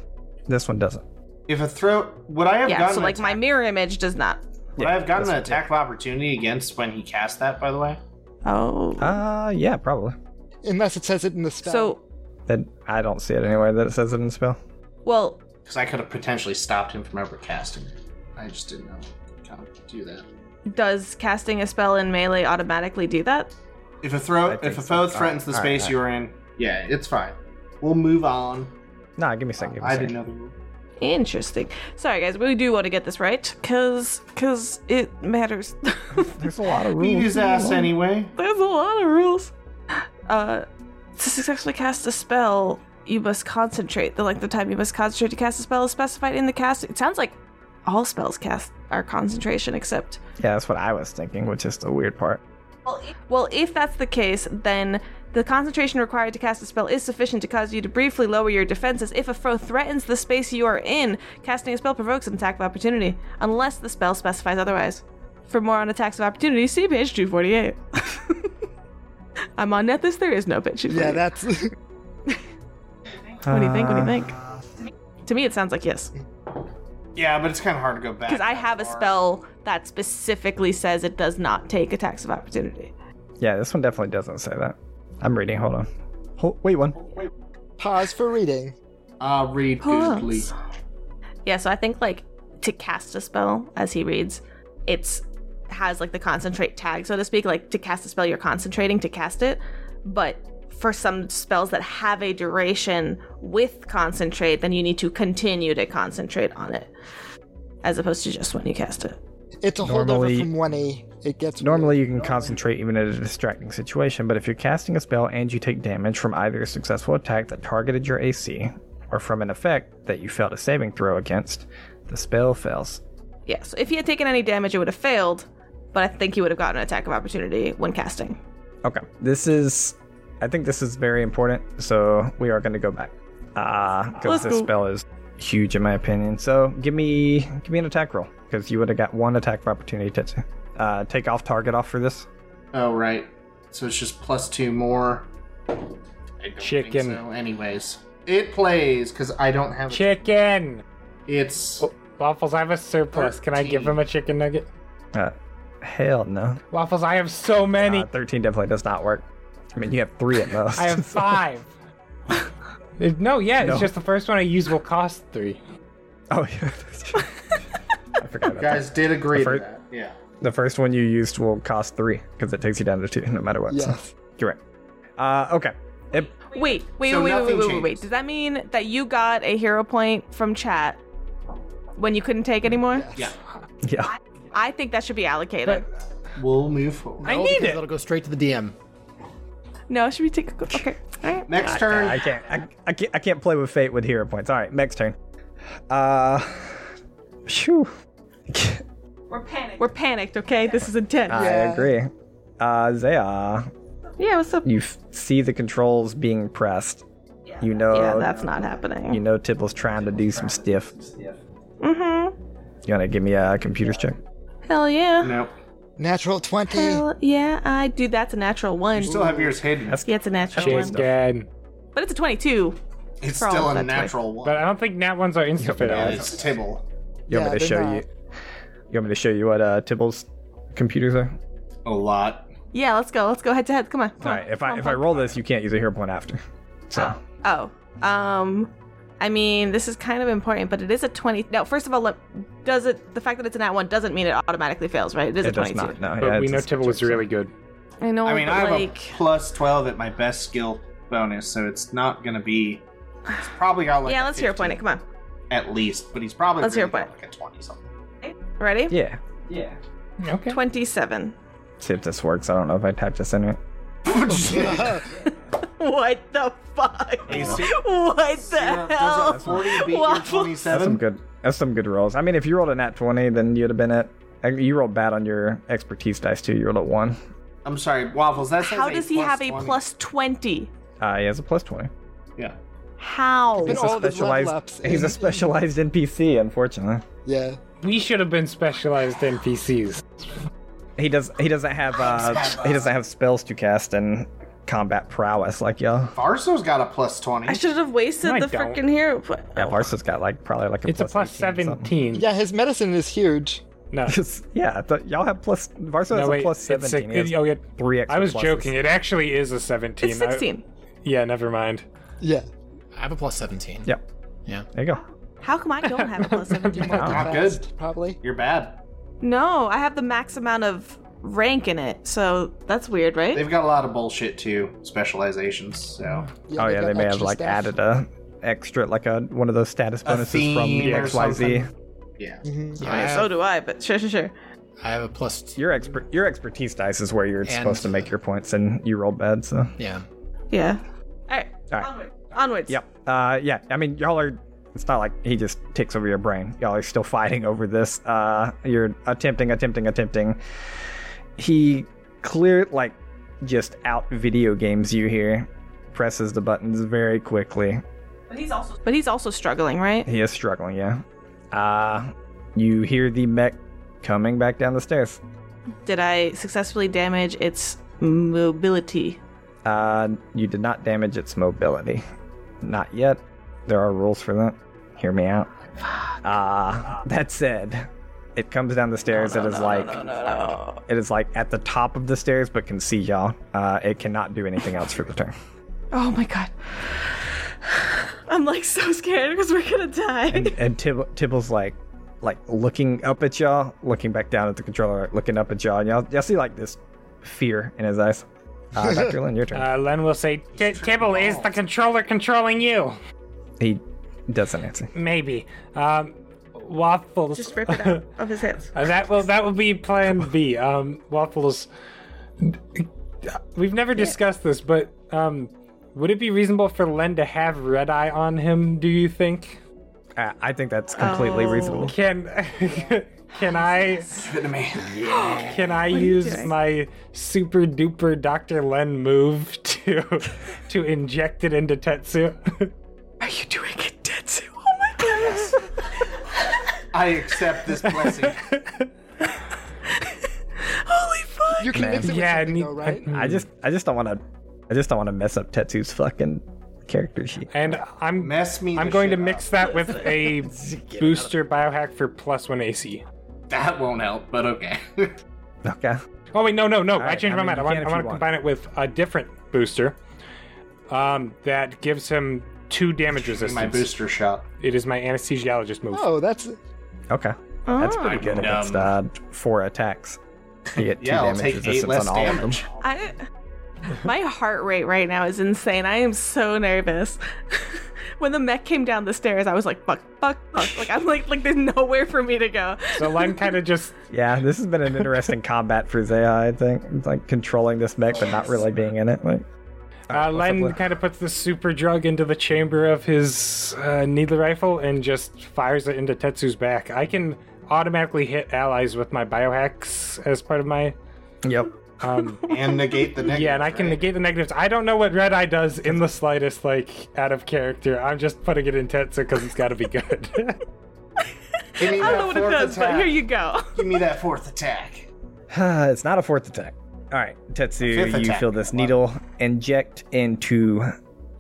Speaker 2: this one doesn't.
Speaker 4: If a throw, would I have
Speaker 1: Yeah.
Speaker 4: gotten
Speaker 1: So like my mirror image does not.
Speaker 4: would I
Speaker 2: Yeah,
Speaker 4: have gotten an
Speaker 2: that's-
Speaker 4: attack of opportunity against when he cast that? By the way,
Speaker 1: Oh.
Speaker 2: Uh, yeah, probably.
Speaker 3: Unless it says it in the spell.
Speaker 1: so
Speaker 2: Then I don't see it anywhere that it says it in the spell.
Speaker 1: well,
Speaker 4: because I could have potentially stopped him from ever casting. it. I just didn't know how to do that.
Speaker 1: does casting a spell in melee automatically do that?
Speaker 4: If a throw,
Speaker 2: I think
Speaker 4: if a
Speaker 2: so.
Speaker 4: foe
Speaker 2: Alright,
Speaker 4: threatens the
Speaker 2: alright,
Speaker 4: space you were in, yeah, it's fine. We'll move on.
Speaker 2: Nah, give me a second. Give me a
Speaker 4: I
Speaker 2: second.
Speaker 4: didn't know the rule.
Speaker 1: Interesting. Sorry guys, we do want to get this right cuz cuz it matters.
Speaker 2: There's a lot of
Speaker 4: Beat
Speaker 2: rules.
Speaker 4: his ass anyway.
Speaker 1: There's a lot of rules. Uh, to successfully cast a spell, you must concentrate. The length of time you must concentrate to cast a spell is specified in the cast. It sounds like all spells cast are concentration, except.
Speaker 2: Yeah, that's what I was thinking, which is the weird part.
Speaker 1: Well, if that's the case, then the concentration required to cast a spell is sufficient to cause you to briefly lower your defenses. If a foe threatens the space you are in, casting a spell provokes an attack of opportunity, unless the spell specifies otherwise. For more on attacks of opportunity, see page 248. I'm on Nethys, there is no page 248.
Speaker 3: yeah, that's
Speaker 1: What do you think?
Speaker 2: Uh,
Speaker 1: What do you think? To me, it sounds like yes.
Speaker 4: Yeah, but it's kind of hard to go back.
Speaker 1: Because I
Speaker 4: that
Speaker 1: have a
Speaker 4: far.
Speaker 1: spell that specifically says it does not take attacks of opportunity.
Speaker 2: Yeah, this one definitely doesn't say that. I'm reading. Hold on. Hold, wait one.
Speaker 3: pause for reading.
Speaker 4: Uh, read goodly.
Speaker 1: Pause. Yeah, so I think like to cast a spell, as he reads, it's has like the concentrate tag, so to speak. Like to cast a spell, you're concentrating to cast it. But for some spells that have a duration with concentrate, then you need to continue to concentrate on it, as opposed to just when you cast it.
Speaker 3: It's a
Speaker 2: Normally-
Speaker 3: holdover from 1E. It gets
Speaker 2: Normally, you can concentrate even in a distracting situation, but if you're casting a spell and you take damage from either a successful attack that targeted your AC or from an effect that you failed a saving throw against, the spell fails.
Speaker 1: Yeah, so if he had taken any damage, it would have failed, but I think he would have gotten an attack of opportunity when casting.
Speaker 2: Okay, this is. I think this is very important, so we are going to go back. Ah, because
Speaker 1: Let's
Speaker 2: this
Speaker 1: go.
Speaker 2: spell is huge in my opinion. So give me give me an attack roll because you would have got one attack of opportunity, Tetsu. Uh, take off target off for this.
Speaker 4: Oh right. So it's just plus two more. I don't
Speaker 5: Chicken.
Speaker 4: Think so. Anyways, it plays because I don't have.
Speaker 5: Chicken.
Speaker 4: It's
Speaker 5: Waffles, I have a surplus. Can I give him a chicken nugget?
Speaker 2: Uh, hell no.
Speaker 5: Waffles, I have so many.
Speaker 2: Uh, 13 definitely does not work. I mean, you have three at most.
Speaker 5: I have five. It- no, yeah,
Speaker 2: No.
Speaker 5: it's just the first one I use will cost three.
Speaker 2: oh, yeah. that's true. I forgot about
Speaker 4: guys did agree
Speaker 2: The
Speaker 4: to
Speaker 2: fir-
Speaker 4: that. Yeah.
Speaker 2: that. The first one you used will cost three because it takes you down to two no matter what. so
Speaker 3: Yes.
Speaker 2: you're right. Uh, okay. It,
Speaker 1: Wait, wait, wait,
Speaker 4: So
Speaker 1: wait,
Speaker 4: nothing
Speaker 1: wait, wait, wait, wait.
Speaker 4: changes.
Speaker 1: Does that mean that you got a hero point from chat when you couldn't take anymore?
Speaker 4: Yeah.
Speaker 2: yeah.
Speaker 1: I think that should be allocated.
Speaker 4: We'll move forward.
Speaker 5: I
Speaker 6: No,
Speaker 5: need
Speaker 6: because
Speaker 5: it.
Speaker 6: That'll go straight to the DM.
Speaker 1: no, should we take a go- Okay. All right.
Speaker 4: Next turn.
Speaker 2: I can't, I, I can't. I can't play with fate with hero points. All right, Meg's turn. Uh, phew.
Speaker 1: We're panicked, okay? This is intense.
Speaker 2: I
Speaker 3: Yeah.
Speaker 2: agree. Uh, Zaya,
Speaker 1: yeah, what's up?
Speaker 2: you f- see the controls being pressed. You know,
Speaker 1: yeah, that's not happening.
Speaker 2: you know, Tibble's trying to do some stiff.
Speaker 1: mm-hmm.
Speaker 2: You wanna give me a computer's check?
Speaker 1: Hell yeah.
Speaker 4: Nope.
Speaker 3: Natural 20.
Speaker 1: Hell yeah, I do. That's a natural one.
Speaker 4: You still have yours hidden.
Speaker 2: That's-
Speaker 1: yeah, it's a natural one.
Speaker 5: Chicken.
Speaker 1: But it's a 22.
Speaker 4: It's
Speaker 1: Probably
Speaker 4: still a
Speaker 1: that's right.
Speaker 4: natural one.
Speaker 5: But I don't think nat ones are insta fit.
Speaker 4: Yeah, it's Tibble.
Speaker 2: You want
Speaker 3: Yeah,
Speaker 2: me to
Speaker 3: they're
Speaker 2: show
Speaker 3: not.
Speaker 2: you? You want me to show you what uh, Tibble's computers are?
Speaker 4: A lot.
Speaker 1: Yeah, let's go. Let's go head to head. Come on. come
Speaker 2: All
Speaker 1: on,
Speaker 2: right. If
Speaker 1: come
Speaker 2: I
Speaker 1: on,
Speaker 2: if
Speaker 1: come
Speaker 2: I
Speaker 1: on.
Speaker 2: roll this, you can't use a hero point after. So
Speaker 1: Oh, um, I mean, this is kind of important, but it is a twenty. No, first of all, let, does it? The fact that it's an at one doesn't mean it automatically fails, right? It is a
Speaker 2: it does
Speaker 1: twenty-two.
Speaker 2: not. No.
Speaker 5: But
Speaker 2: yeah,
Speaker 5: we
Speaker 2: it's
Speaker 5: know
Speaker 2: just-
Speaker 5: Tibble was really good.
Speaker 1: I know.
Speaker 4: I mean,
Speaker 1: Oh, but
Speaker 4: I have
Speaker 1: like,
Speaker 4: a plus 12 at my best skill bonus, so it's not going to be. It's probably got like.
Speaker 1: yeah,
Speaker 4: a
Speaker 1: let's hero point it.
Speaker 4: 15
Speaker 1: Come on,
Speaker 4: At least, but he's probably.
Speaker 1: Let's
Speaker 4: really
Speaker 1: hero
Speaker 4: got,
Speaker 1: point
Speaker 4: Like a 20 something.
Speaker 1: ready?
Speaker 2: Yeah.
Speaker 5: Okay.
Speaker 1: Twenty-seven.
Speaker 2: See if this works. I don't know if I typed this in right.
Speaker 1: What the fuck? what the hell?
Speaker 4: Does a 40 beat your
Speaker 1: Waffles.
Speaker 4: 27?
Speaker 2: That's some good. That's some good rolls. I mean, if you rolled a nat twenty, then you'd have been at Uh, You rolled bad on your expertise dice too. You rolled a one.
Speaker 4: I'm sorry, waffles. That says
Speaker 1: How
Speaker 4: a
Speaker 1: does he have a
Speaker 4: 20.
Speaker 1: plus 20?
Speaker 2: Uh, he has a plus twenty.
Speaker 4: Yeah.
Speaker 1: How?
Speaker 3: But
Speaker 2: He's
Speaker 3: all
Speaker 2: a
Speaker 3: of his Oh, level ups
Speaker 2: specialized. He's
Speaker 3: in-
Speaker 2: a specialized NPC. Unfortunately,
Speaker 3: Yeah.
Speaker 5: We should have been specialized NPCs.
Speaker 2: he does. He doesn't have. Uh, he doesn't have spells to cast and combat prowess like y'all.
Speaker 4: Varso's got a plus twenty.
Speaker 1: I should have wasted
Speaker 5: No, I
Speaker 1: the
Speaker 5: don't.
Speaker 1: freaking hero.
Speaker 2: Yeah, Varsa's got like probably like a
Speaker 5: It's a plus
Speaker 2: 18 or something.
Speaker 5: 17.
Speaker 3: Yeah, his medicine is huge.
Speaker 5: No.
Speaker 2: It's- yeah, I thought y'all have plus. Varsa has
Speaker 5: No, wait.
Speaker 2: a plus
Speaker 5: it's
Speaker 2: seventeen.
Speaker 5: a-
Speaker 2: He has
Speaker 5: oh, yeah.
Speaker 2: three extra
Speaker 5: I was
Speaker 2: pluses.
Speaker 5: joking. It actually is a 17.
Speaker 1: It's
Speaker 5: I-
Speaker 1: 16.
Speaker 5: yeah, never mind.
Speaker 3: Yeah.
Speaker 6: I have a plus 17.
Speaker 2: Yep.
Speaker 6: Yeah.
Speaker 2: There you go.
Speaker 1: How come I don't have a plus 17?
Speaker 5: Ah,
Speaker 4: Not
Speaker 3: Fast,
Speaker 4: good.
Speaker 3: Probably.
Speaker 4: You're bad.
Speaker 1: No, I have the max amount of rank in it, so that's weird, right?
Speaker 4: They've got a lot of bullshit too. Specializations. So
Speaker 2: oh yeah,
Speaker 3: got
Speaker 2: they may have
Speaker 3: extra
Speaker 2: like
Speaker 3: stuff.
Speaker 2: added a extra like a one of those status bonuses from
Speaker 4: theme or
Speaker 2: XYZ.
Speaker 4: yeah.
Speaker 3: Mm-hmm.
Speaker 6: I, have,
Speaker 1: So do I, but sure, sure, sure.
Speaker 6: I have a plus. T-
Speaker 2: Your expert your expertise dice is where you're supposed to make your points, and you rolled bad. So
Speaker 6: yeah.
Speaker 1: Yeah. All right.
Speaker 2: All right.
Speaker 1: Onward. Onwards.
Speaker 2: yep. Uh, yeah. I mean, y'all are. It's not like he just ticks over your brain. Y'all are still fighting over this. Uh, you're attempting, attempting, attempting. He clear like just out video games you here. Presses the buttons very quickly.
Speaker 1: But he's also But he's also struggling, right?
Speaker 2: He is struggling, yeah. Uh, you hear the mech coming back down the stairs.
Speaker 1: Did I successfully damage its mobility?
Speaker 2: Uh, you did not damage its mobility. Not yet. There are rules for that. Hear me out. Uh, that said, it comes down the stairs. it is like it is like at the top of the stairs, but can see y'all. Uh, it cannot do anything else for the turn.
Speaker 1: Oh my god. I'm like so scared because we're gonna die.
Speaker 2: And, and Tib- Tibble's like, like looking up at y'all, looking back down at the controller, looking up at y'all. And y'all, y'all see like this fear in his eyes. Uh, Doctor Lin, your turn.
Speaker 5: Uh, Len will say, "T- Tibble, is the controller controlling you?
Speaker 2: he doesn't answer.
Speaker 5: Maybe. Um, waffles.
Speaker 1: Just rip it out of his hands.
Speaker 5: Uh, that will that will be plan B. Um, waffles. We've never discussed this, but um, would it be reasonable for Len to have red eye on him? Do you think?
Speaker 2: Uh, I think that's completely
Speaker 1: Oh.
Speaker 2: reasonable.
Speaker 5: Can can I
Speaker 4: Give it to me.
Speaker 5: can I use
Speaker 1: doing?
Speaker 5: my super duper Doctor Len move to to inject it into Tetsu?
Speaker 1: Are you doing it, Tetsu? Oh my god.
Speaker 4: I accept this blessing.
Speaker 1: Holy fuck.
Speaker 3: You can
Speaker 2: Man.
Speaker 3: mix it with
Speaker 5: Yeah, I
Speaker 3: something
Speaker 5: need-
Speaker 3: though, right?
Speaker 2: I just, I just don't want to, I just don't want to mess up Tetsu's fucking character sheet.
Speaker 5: and I'm
Speaker 4: Mess me.
Speaker 5: I'm
Speaker 4: the
Speaker 5: going to
Speaker 4: shit
Speaker 5: mix that with a booster biohack for plus one AC.
Speaker 4: up. That won't help, but okay.
Speaker 2: Okay.
Speaker 5: Oh wait, no, no, no! I
Speaker 2: right,
Speaker 5: changed
Speaker 2: I
Speaker 5: my
Speaker 2: mean,
Speaker 5: mind. I
Speaker 2: you
Speaker 5: want,
Speaker 2: can
Speaker 5: I
Speaker 2: if you
Speaker 5: want to
Speaker 2: want.
Speaker 5: combine it with a different booster. Um, that gives him two damage resistance.
Speaker 4: my booster shot.
Speaker 5: It is my anesthesiologist move.
Speaker 3: Oh, that's
Speaker 2: Okay. That's pretty
Speaker 4: Oh.
Speaker 2: good
Speaker 4: I'm
Speaker 2: against uh, four attacks. You get two
Speaker 4: Yeah, I'll
Speaker 2: damage
Speaker 4: take eight
Speaker 2: resistance
Speaker 4: less
Speaker 2: on all of
Speaker 4: damage.
Speaker 2: them.
Speaker 1: I my heart rate right now is insane. I am so nervous. when the mech came down the stairs, I was like, fuck, fuck, fuck. Like I'm like like there's nowhere for me to go.
Speaker 5: So Len kind of just
Speaker 2: Yeah, this has been an interesting combat for Zaya, I think. It's like controlling this mech, but not really being in it. Like,
Speaker 5: uh, Len
Speaker 2: Len?
Speaker 5: kind of puts the super drug into the chamber of his uh, needler rifle and just fires it into Tetsu's back. I can automatically hit allies with my biohacks as part of my
Speaker 2: yep.
Speaker 5: um,
Speaker 4: And negate the negative.
Speaker 5: yeah, and I can
Speaker 4: right?
Speaker 5: negate the negatives. I don't know what Red Eye does in the slightest, like out of character. I'm just putting it in Tetsu because it's got to be good.
Speaker 4: Give me
Speaker 1: I
Speaker 4: that
Speaker 1: don't know what it
Speaker 4: fourth
Speaker 1: does, but
Speaker 4: attack.
Speaker 1: here you go.
Speaker 4: Give me that fourth attack.
Speaker 2: it's not a fourth attack. All right,
Speaker 4: Fifth
Speaker 2: Tetsu, you
Speaker 4: attack.
Speaker 2: feel this needle inject into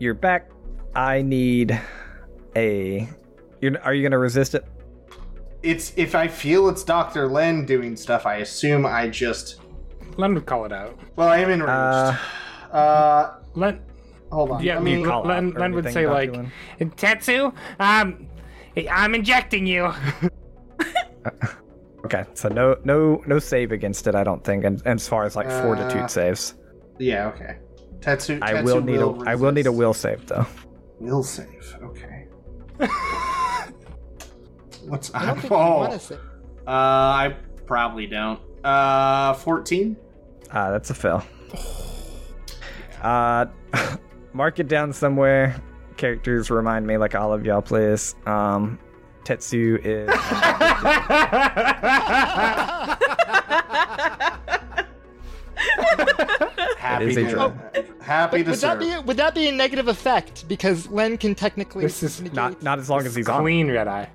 Speaker 2: your back. I need a. You're, are you going to resist it?
Speaker 4: It's if I feel it's Doctor Len doing stuff, I assume I just.
Speaker 5: Len would call it out.
Speaker 4: Well, I am enraged.
Speaker 2: Uh,
Speaker 4: Uh,
Speaker 5: Len,
Speaker 4: hold on.
Speaker 5: yeah,
Speaker 4: Let me.
Speaker 5: Len,
Speaker 2: call
Speaker 5: Len,
Speaker 2: out or
Speaker 5: would
Speaker 2: anything,
Speaker 5: say
Speaker 2: Dr.
Speaker 5: like,
Speaker 2: Len?
Speaker 5: Tetsu, um, I'm injecting you.
Speaker 2: Okay, so no, no, no save against it. I don't think, and, and as far as like
Speaker 4: Uh,
Speaker 2: fortitude saves,
Speaker 4: Yeah, okay. Tetsu.
Speaker 2: I
Speaker 4: Tetsu
Speaker 2: will need a, I will need a
Speaker 4: resist.
Speaker 2: will save though.
Speaker 4: Will save. Okay. What's
Speaker 3: I
Speaker 4: I
Speaker 3: don't think you
Speaker 4: oh,
Speaker 3: want to say.
Speaker 4: uh, I probably don't. Uh, fourteen.
Speaker 2: Ah, that's a fail. Uh, mark it down somewhere. Characters remind me, like all of y'all, please. Um, Tetsu is.
Speaker 4: Happy
Speaker 2: is a
Speaker 4: to,
Speaker 2: drug.
Speaker 4: happy to
Speaker 3: Would that
Speaker 4: serve.
Speaker 3: be would that be a negative effect? Because Len can technically
Speaker 5: This is
Speaker 3: negate-
Speaker 2: Not not as long as he's on. it.
Speaker 5: Clean red eye.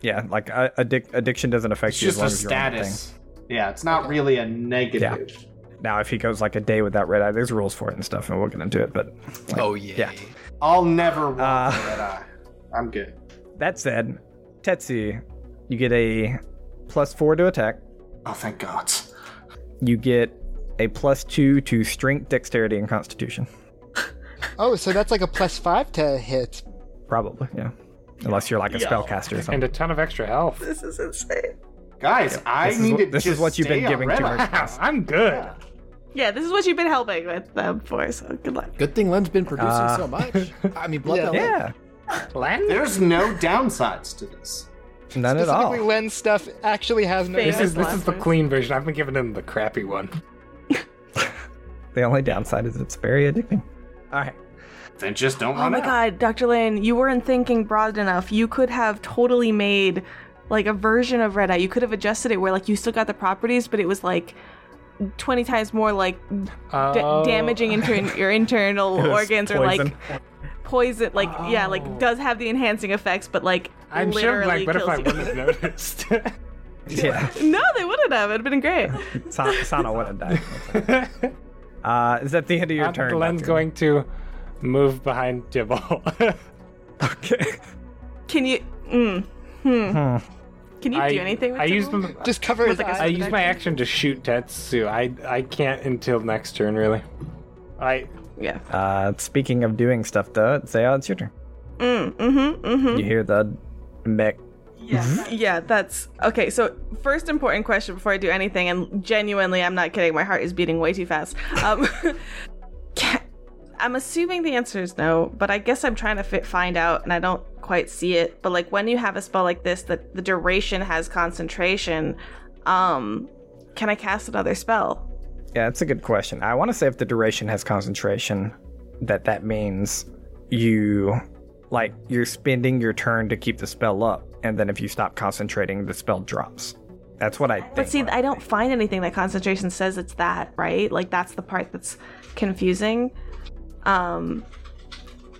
Speaker 2: Yeah, like uh, addic- addiction doesn't affect
Speaker 4: it's
Speaker 2: you as
Speaker 4: just
Speaker 2: long
Speaker 4: a
Speaker 2: as you're on the thing.
Speaker 4: status. Yeah, it's not really a negative.
Speaker 2: Now, if he goes like a day without red eye, there's rules for it and stuff, and we'll get into it. But
Speaker 6: Oh yeah.
Speaker 2: Yeah.
Speaker 4: I'll never roll
Speaker 2: Uh.
Speaker 4: for red eye. I'm good.
Speaker 2: that said, Tetsu, you get a plus four to attack.
Speaker 4: Oh, thank God.
Speaker 2: You get a plus two to strength, dexterity, and constitution.
Speaker 3: Oh, so that's like a plus five to hit.
Speaker 2: Probably, yeah. Unless you're like a spellcaster or
Speaker 5: And uh,
Speaker 2: something.
Speaker 5: a ton of extra health.
Speaker 1: This is insane.
Speaker 4: Guys, I
Speaker 2: This is
Speaker 4: need
Speaker 2: what-
Speaker 4: to
Speaker 2: this
Speaker 4: just
Speaker 2: is what you've been
Speaker 4: stay on
Speaker 2: giving
Speaker 4: red
Speaker 2: to
Speaker 4: eye.
Speaker 2: her.
Speaker 5: I'm good.
Speaker 1: Yeah, this is what you've been helping with them for. So good luck.
Speaker 6: Good thing Len's been producing
Speaker 2: Uh,
Speaker 6: so much. I mean, blood.
Speaker 3: Yeah.
Speaker 6: that Len-
Speaker 2: Yeah,
Speaker 5: Len?
Speaker 4: There's no downsides to this.
Speaker 2: none at all.
Speaker 3: Specifically, Len's stuff actually has no.
Speaker 1: Fair.
Speaker 5: This is this
Speaker 1: Last
Speaker 5: is the
Speaker 1: one.
Speaker 5: clean version. I've been giving him the crappy one.
Speaker 2: The only downside is it's very addicting. All right.
Speaker 4: Then just don't
Speaker 1: Oh
Speaker 4: run
Speaker 1: my
Speaker 4: out.
Speaker 1: god, Dr. Lane, you weren't thinking broad enough. You could have totally made like a version of Red Eye. You could have adjusted it where like you still got the properties, but it was like 20 times more like d-
Speaker 5: Oh.
Speaker 1: damaging inter- your internal
Speaker 2: It was
Speaker 1: organs or like
Speaker 2: poison.
Speaker 1: poison like yeah, like does have the enhancing effects but like
Speaker 5: Oh. I'm sure
Speaker 1: literally
Speaker 5: Black Butterfly
Speaker 1: kills you.
Speaker 5: wouldn't have noticed.
Speaker 2: Yeah.
Speaker 1: No, they wouldn't have. It'd been great.
Speaker 2: Sana, Sana would have died. Uh, is that the end of your
Speaker 5: Um,
Speaker 2: turn?
Speaker 5: Len's
Speaker 2: Dr.
Speaker 5: going to move behind Dibble.
Speaker 2: Okay.
Speaker 1: Can you mm, hmm. Can you
Speaker 5: I,
Speaker 1: do anything with
Speaker 5: I
Speaker 1: Tibble?
Speaker 5: used m-
Speaker 3: Just cover his
Speaker 1: With, like, a
Speaker 5: I
Speaker 3: eye.
Speaker 5: use my action to shoot Tetsu. I I can't until next turn really. I
Speaker 1: Yeah.
Speaker 2: Uh, speaking of doing stuff, though, Zaya, it's your turn.
Speaker 1: Mm, mhm. Mhm.
Speaker 2: You hear the mech.
Speaker 1: Yeah, yeah, that's okay. So, first important question before I do anything, and genuinely, I'm not kidding. My heart is beating way too fast. Um, can- I'm assuming the answer is no, but I guess I'm trying to fit, find out, and I don't quite see it. But like when you have a spell like this, that the duration has concentration. Um, can I cast another spell?
Speaker 2: Yeah, that's a good question. I want to say if the duration has concentration, that that means you, like, you're spending your turn to keep the spell up, and then if you stop concentrating, the spell drops. That's what I think.
Speaker 1: But see, I don't find anything that concentration says it's that, right? Like that's the part that's confusing. Um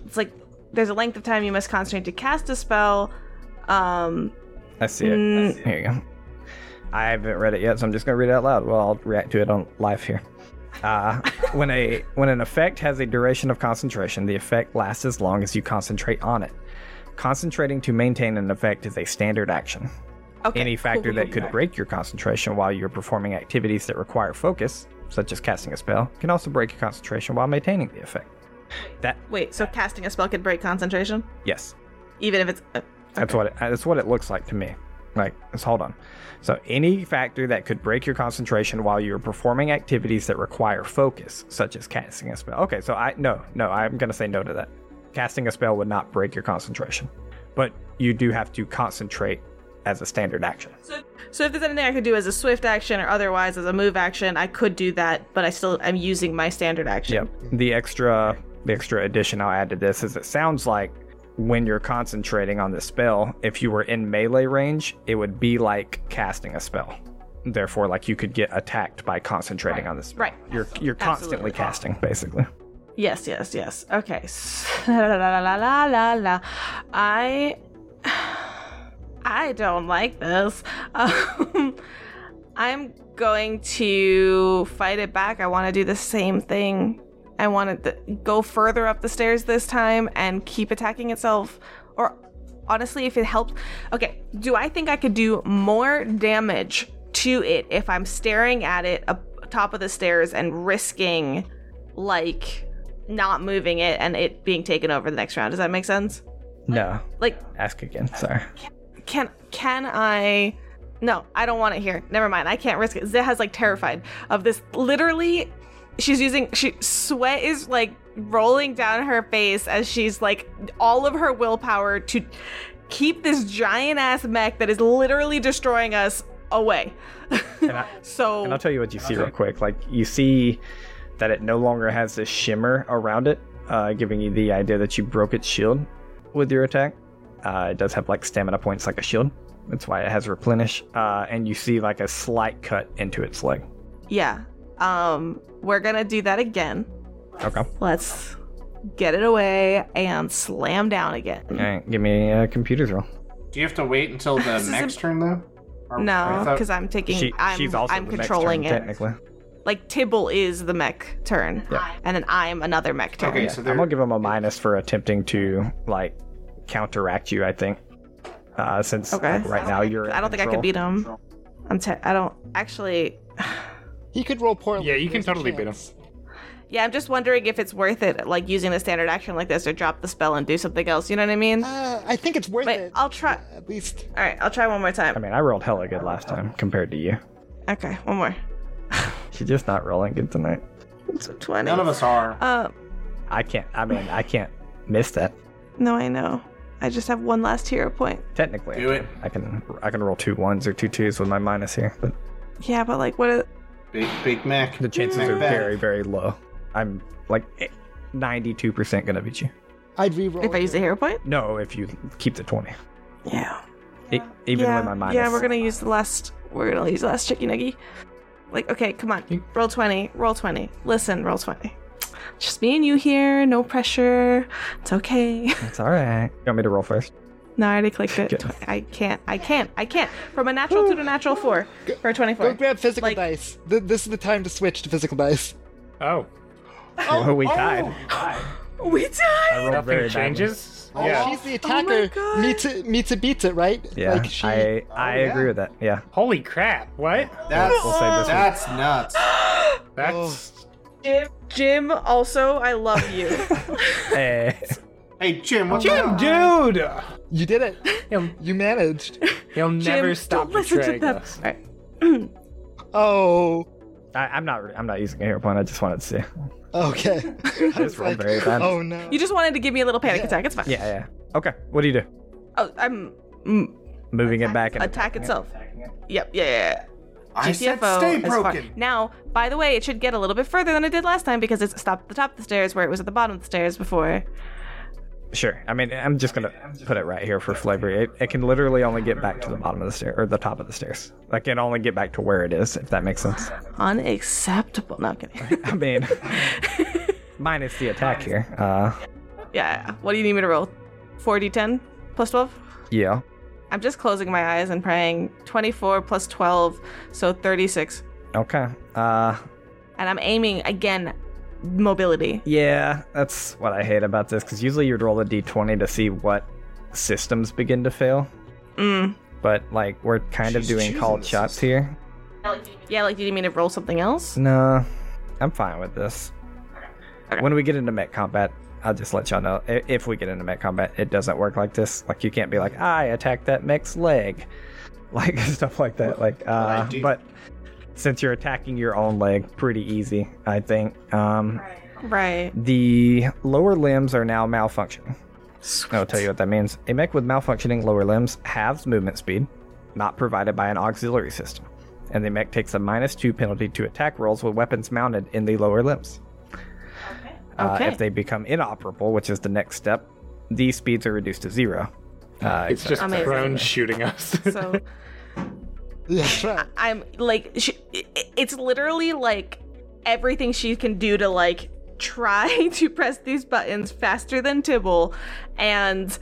Speaker 1: it's like there's a length of time you must concentrate to cast a spell. Um
Speaker 2: I see it. Here you go. I haven't read it yet, so I'm just gonna read it out loud. Well, I'll react to it on live here. Uh, when a when an effect has a duration of concentration, the effect lasts as long as you concentrate on it. Concentrating to maintain an effect is a standard action.
Speaker 1: okay.
Speaker 2: Any factor
Speaker 1: cool.
Speaker 2: that could break your concentration while you're performing activities that require focus, such as casting a spell, can also break your concentration while maintaining the effect. That
Speaker 1: Wait, so casting a spell could break concentration
Speaker 2: yes. even.
Speaker 1: even if it's uh,
Speaker 2: That's what it, that's what it looks like to me. Like, let's hold on. So, any factor that could break your concentration while you're performing activities that require focus, such as casting a spell. Okay, so I no, no, I'm gonna say no to that. Casting a spell would not break your concentration, but you do have to concentrate as a standard action.
Speaker 1: So if there's anything I could do as a swift action or otherwise as a move action, I could do that, but I still I'm using my standard action.
Speaker 2: Yep. The extra the extra addition I'll add to this is it sounds like when you're concentrating on the spell, if you were in melee range, it would be like casting a spell. Therefore, like you could get attacked by concentrating on the spell.
Speaker 1: Right.
Speaker 2: You're you're constantly
Speaker 1: Absolutely.
Speaker 2: casting, basically.
Speaker 1: Yes, yes, yes. Okay. La, la, la, la, la, la. I I don't like this. Um, I'm going to fight it back. I want to do the same thing. I want to go further up the stairs this time and keep attacking itself. Or honestly, if it helped. Okay, do I think I could do more damage to it if I'm staring at it up top of the stairs and risking like not moving it and it being taken over the next round? Does that make sense?
Speaker 2: No.
Speaker 1: Like
Speaker 2: Ask again. Sorry.
Speaker 1: can can I? No, I don't want it here. Never mind. I can't risk it. Zeha's like terrified of this. Literally, she's using. She sweat is like rolling down her face as she's like all of her willpower to keep this giant ass mech that is literally destroying us away.
Speaker 2: And I,
Speaker 1: So
Speaker 2: and I'll tell you what you see real quick. Like you see that it no longer has this shimmer around it, uh, giving you the idea that you broke its shield with your attack. Uh, it does have like stamina points like a shield. That's why it has replenish. Uh, and you see like a slight cut into its leg.
Speaker 1: Yeah. Um, we're gonna do that again.
Speaker 2: Okay.
Speaker 1: Let's get it away and slam down again.
Speaker 2: All right, give me a computer's roll.
Speaker 4: Do you have to wait until the
Speaker 1: This is
Speaker 4: next turn though? Or-
Speaker 1: No,
Speaker 4: I thought-
Speaker 1: because I'm taking.
Speaker 2: She,
Speaker 1: I'm,
Speaker 2: she's also
Speaker 1: I'm
Speaker 2: the next
Speaker 1: controlling
Speaker 2: turn,
Speaker 1: it.
Speaker 2: Technically,
Speaker 1: Like Tibble is the mech turn,
Speaker 2: Yeah.
Speaker 1: and then I'm another mech turn.
Speaker 4: Okay,
Speaker 2: yeah.
Speaker 4: so
Speaker 2: I'm
Speaker 4: there-
Speaker 2: gonna give him a minus for attempting to like counteract you. I think, uh, since
Speaker 1: Okay.
Speaker 2: like, right now you're. in
Speaker 1: I don't think I could
Speaker 2: control.
Speaker 1: beat him. I'm. Te- I don't actually.
Speaker 3: He could roll poorly.
Speaker 5: Yeah, you can
Speaker 3: There's a
Speaker 5: totally beat him.
Speaker 3: chance.
Speaker 1: Yeah, I'm just wondering if it's worth it, like using a standard action like this, or drop the spell and do something else. You know what I mean?
Speaker 3: Uh, I think it's worth
Speaker 1: Wait,
Speaker 3: it.
Speaker 1: I'll try.
Speaker 3: At least
Speaker 1: All right, I'll try one more
Speaker 2: I
Speaker 1: time.
Speaker 2: mean, I rolled hella good last time compared to you.
Speaker 1: Okay, one more.
Speaker 2: She's just not rolling good tonight.
Speaker 1: It's a twenty.
Speaker 4: None of us are.
Speaker 1: Uh,
Speaker 2: I can't. I mean, I can't miss that.
Speaker 1: no, I know. I just have one last hero point.
Speaker 2: Technically,
Speaker 4: Do
Speaker 2: I can,
Speaker 4: it.
Speaker 2: I can. I can roll two ones or two twos with my minus here, but
Speaker 1: Yeah, but like, what? Are-
Speaker 4: Big Big Mac.
Speaker 2: the chances
Speaker 4: Mac
Speaker 2: are
Speaker 4: back.
Speaker 2: very, very low. I'm like eh, ninety-two percent gonna beat you.
Speaker 3: I'd re-roll.
Speaker 1: if I
Speaker 3: it.
Speaker 1: use a hero point?
Speaker 2: No, if you keep the twenty,
Speaker 1: Yeah.
Speaker 2: E- even
Speaker 1: yeah,
Speaker 2: with my minus.
Speaker 1: Yeah, we're gonna use the last. We're gonna use the last chicky nuggy. Like, okay, come on, roll twenty, roll twenty. Listen, roll twenty. Just me and you here, no pressure. It's okay.
Speaker 2: It's all right. You want me to roll first?
Speaker 1: no, I already clicked it.
Speaker 2: Good.
Speaker 1: Tw- I can't. I can't. I can't. From a natural two to natural four for a twenty-four.
Speaker 3: Go grab physical
Speaker 1: Like-
Speaker 3: dice. Th- this is the time to switch to physical dice.
Speaker 5: Oh,
Speaker 2: Oh, we tied.
Speaker 1: We died.
Speaker 2: I rolled
Speaker 5: nothing
Speaker 2: very badly.
Speaker 5: changes.
Speaker 3: Oh,
Speaker 5: yeah.
Speaker 3: She's the
Speaker 1: Oh my
Speaker 3: attacker.
Speaker 1: God.
Speaker 3: Mita, Mita beats it, right?
Speaker 2: Yeah,
Speaker 3: Like she,
Speaker 2: I I
Speaker 4: Oh, yeah.
Speaker 2: agree with that. Yeah,
Speaker 5: Holy crap! What?
Speaker 4: That's
Speaker 2: We'll save this one.
Speaker 4: that's nuts.
Speaker 5: That's
Speaker 1: Jim, Jim. Also, I love you.
Speaker 2: Hey,
Speaker 4: Hey Jim, what's up?
Speaker 5: dude.
Speaker 3: you did it. You managed.
Speaker 5: He'll never
Speaker 1: Jim,
Speaker 5: stop
Speaker 1: don't listen to
Speaker 5: betraying
Speaker 1: them.
Speaker 5: us.
Speaker 1: All right.
Speaker 3: Oh,
Speaker 2: I, I'm not I'm not using a hero point. I just wanted to see.
Speaker 3: okay. I was
Speaker 2: rolled very bad.
Speaker 3: Oh no.
Speaker 1: You just wanted to give me a little panic attack. It's fine.
Speaker 2: Yeah, yeah. Okay, what do you do?
Speaker 1: Oh, I'm. Mm,
Speaker 2: Moving it back and
Speaker 1: attack itself. Yep. Yeah. yeah, yeah.
Speaker 4: I said
Speaker 1: GTFO
Speaker 4: stay
Speaker 1: is far-
Speaker 4: broken.
Speaker 1: Now, by the way, it should get a little bit further than it did last time because it's stopped at the top of the stairs where it was at the bottom of the stairs before.
Speaker 2: Sure. I mean, I'm just gonna put it right here for flavor. It, it can literally only get back to the bottom of the stair or the top of the stairs. Like it only get back to where it is, if that makes sense.
Speaker 1: Unacceptable. Not kidding.
Speaker 2: I mean, minus the attack here. Uh,
Speaker 1: yeah. What do you need me to roll? 4d10 plus 12?
Speaker 2: yeah.
Speaker 1: I'm just closing my eyes and praying. 24 plus 12, so 36.
Speaker 2: Okay. Uh,
Speaker 1: And I'm aiming again, mobility.
Speaker 2: yeah. That's what I hate about this because usually you'd roll a d20 to see what systems begin to fail.
Speaker 1: Mm.
Speaker 2: But like we're kind of
Speaker 4: She's
Speaker 2: doing
Speaker 4: choosing
Speaker 2: called
Speaker 4: the
Speaker 2: shots
Speaker 4: system.
Speaker 2: here.
Speaker 1: Yeah, like, did you mean to roll something else?
Speaker 2: No, I'm fine with this.
Speaker 1: Okay.
Speaker 2: When we get into mech combat, I'll just let y'all know. i- If we get into mech combat, it doesn't work like this. Like you can't be like, I attacked that mech's leg, like stuff like that. Like, uh,
Speaker 4: do.
Speaker 2: but since you're attacking your own leg, pretty easy, I think. Um,
Speaker 1: Right.
Speaker 2: the lower limbs are now malfunctioning. I'll tell you what that means. A mech with malfunctioning lower limbs halves movement speed, not provided by an auxiliary system, and the mech takes a minus two penalty to attack rolls with weapons mounted in the lower limbs. Uh,
Speaker 1: Okay.
Speaker 2: if they become inoperable, which is the next step, these speeds are reduced to zero. Uh,
Speaker 5: It's just
Speaker 1: Amazing.
Speaker 5: prone shooting us.
Speaker 1: So.
Speaker 3: Yeah, that's right.
Speaker 1: I'm like, she, i- i- it's literally like everything she can do to like try to press these buttons faster than Tibble and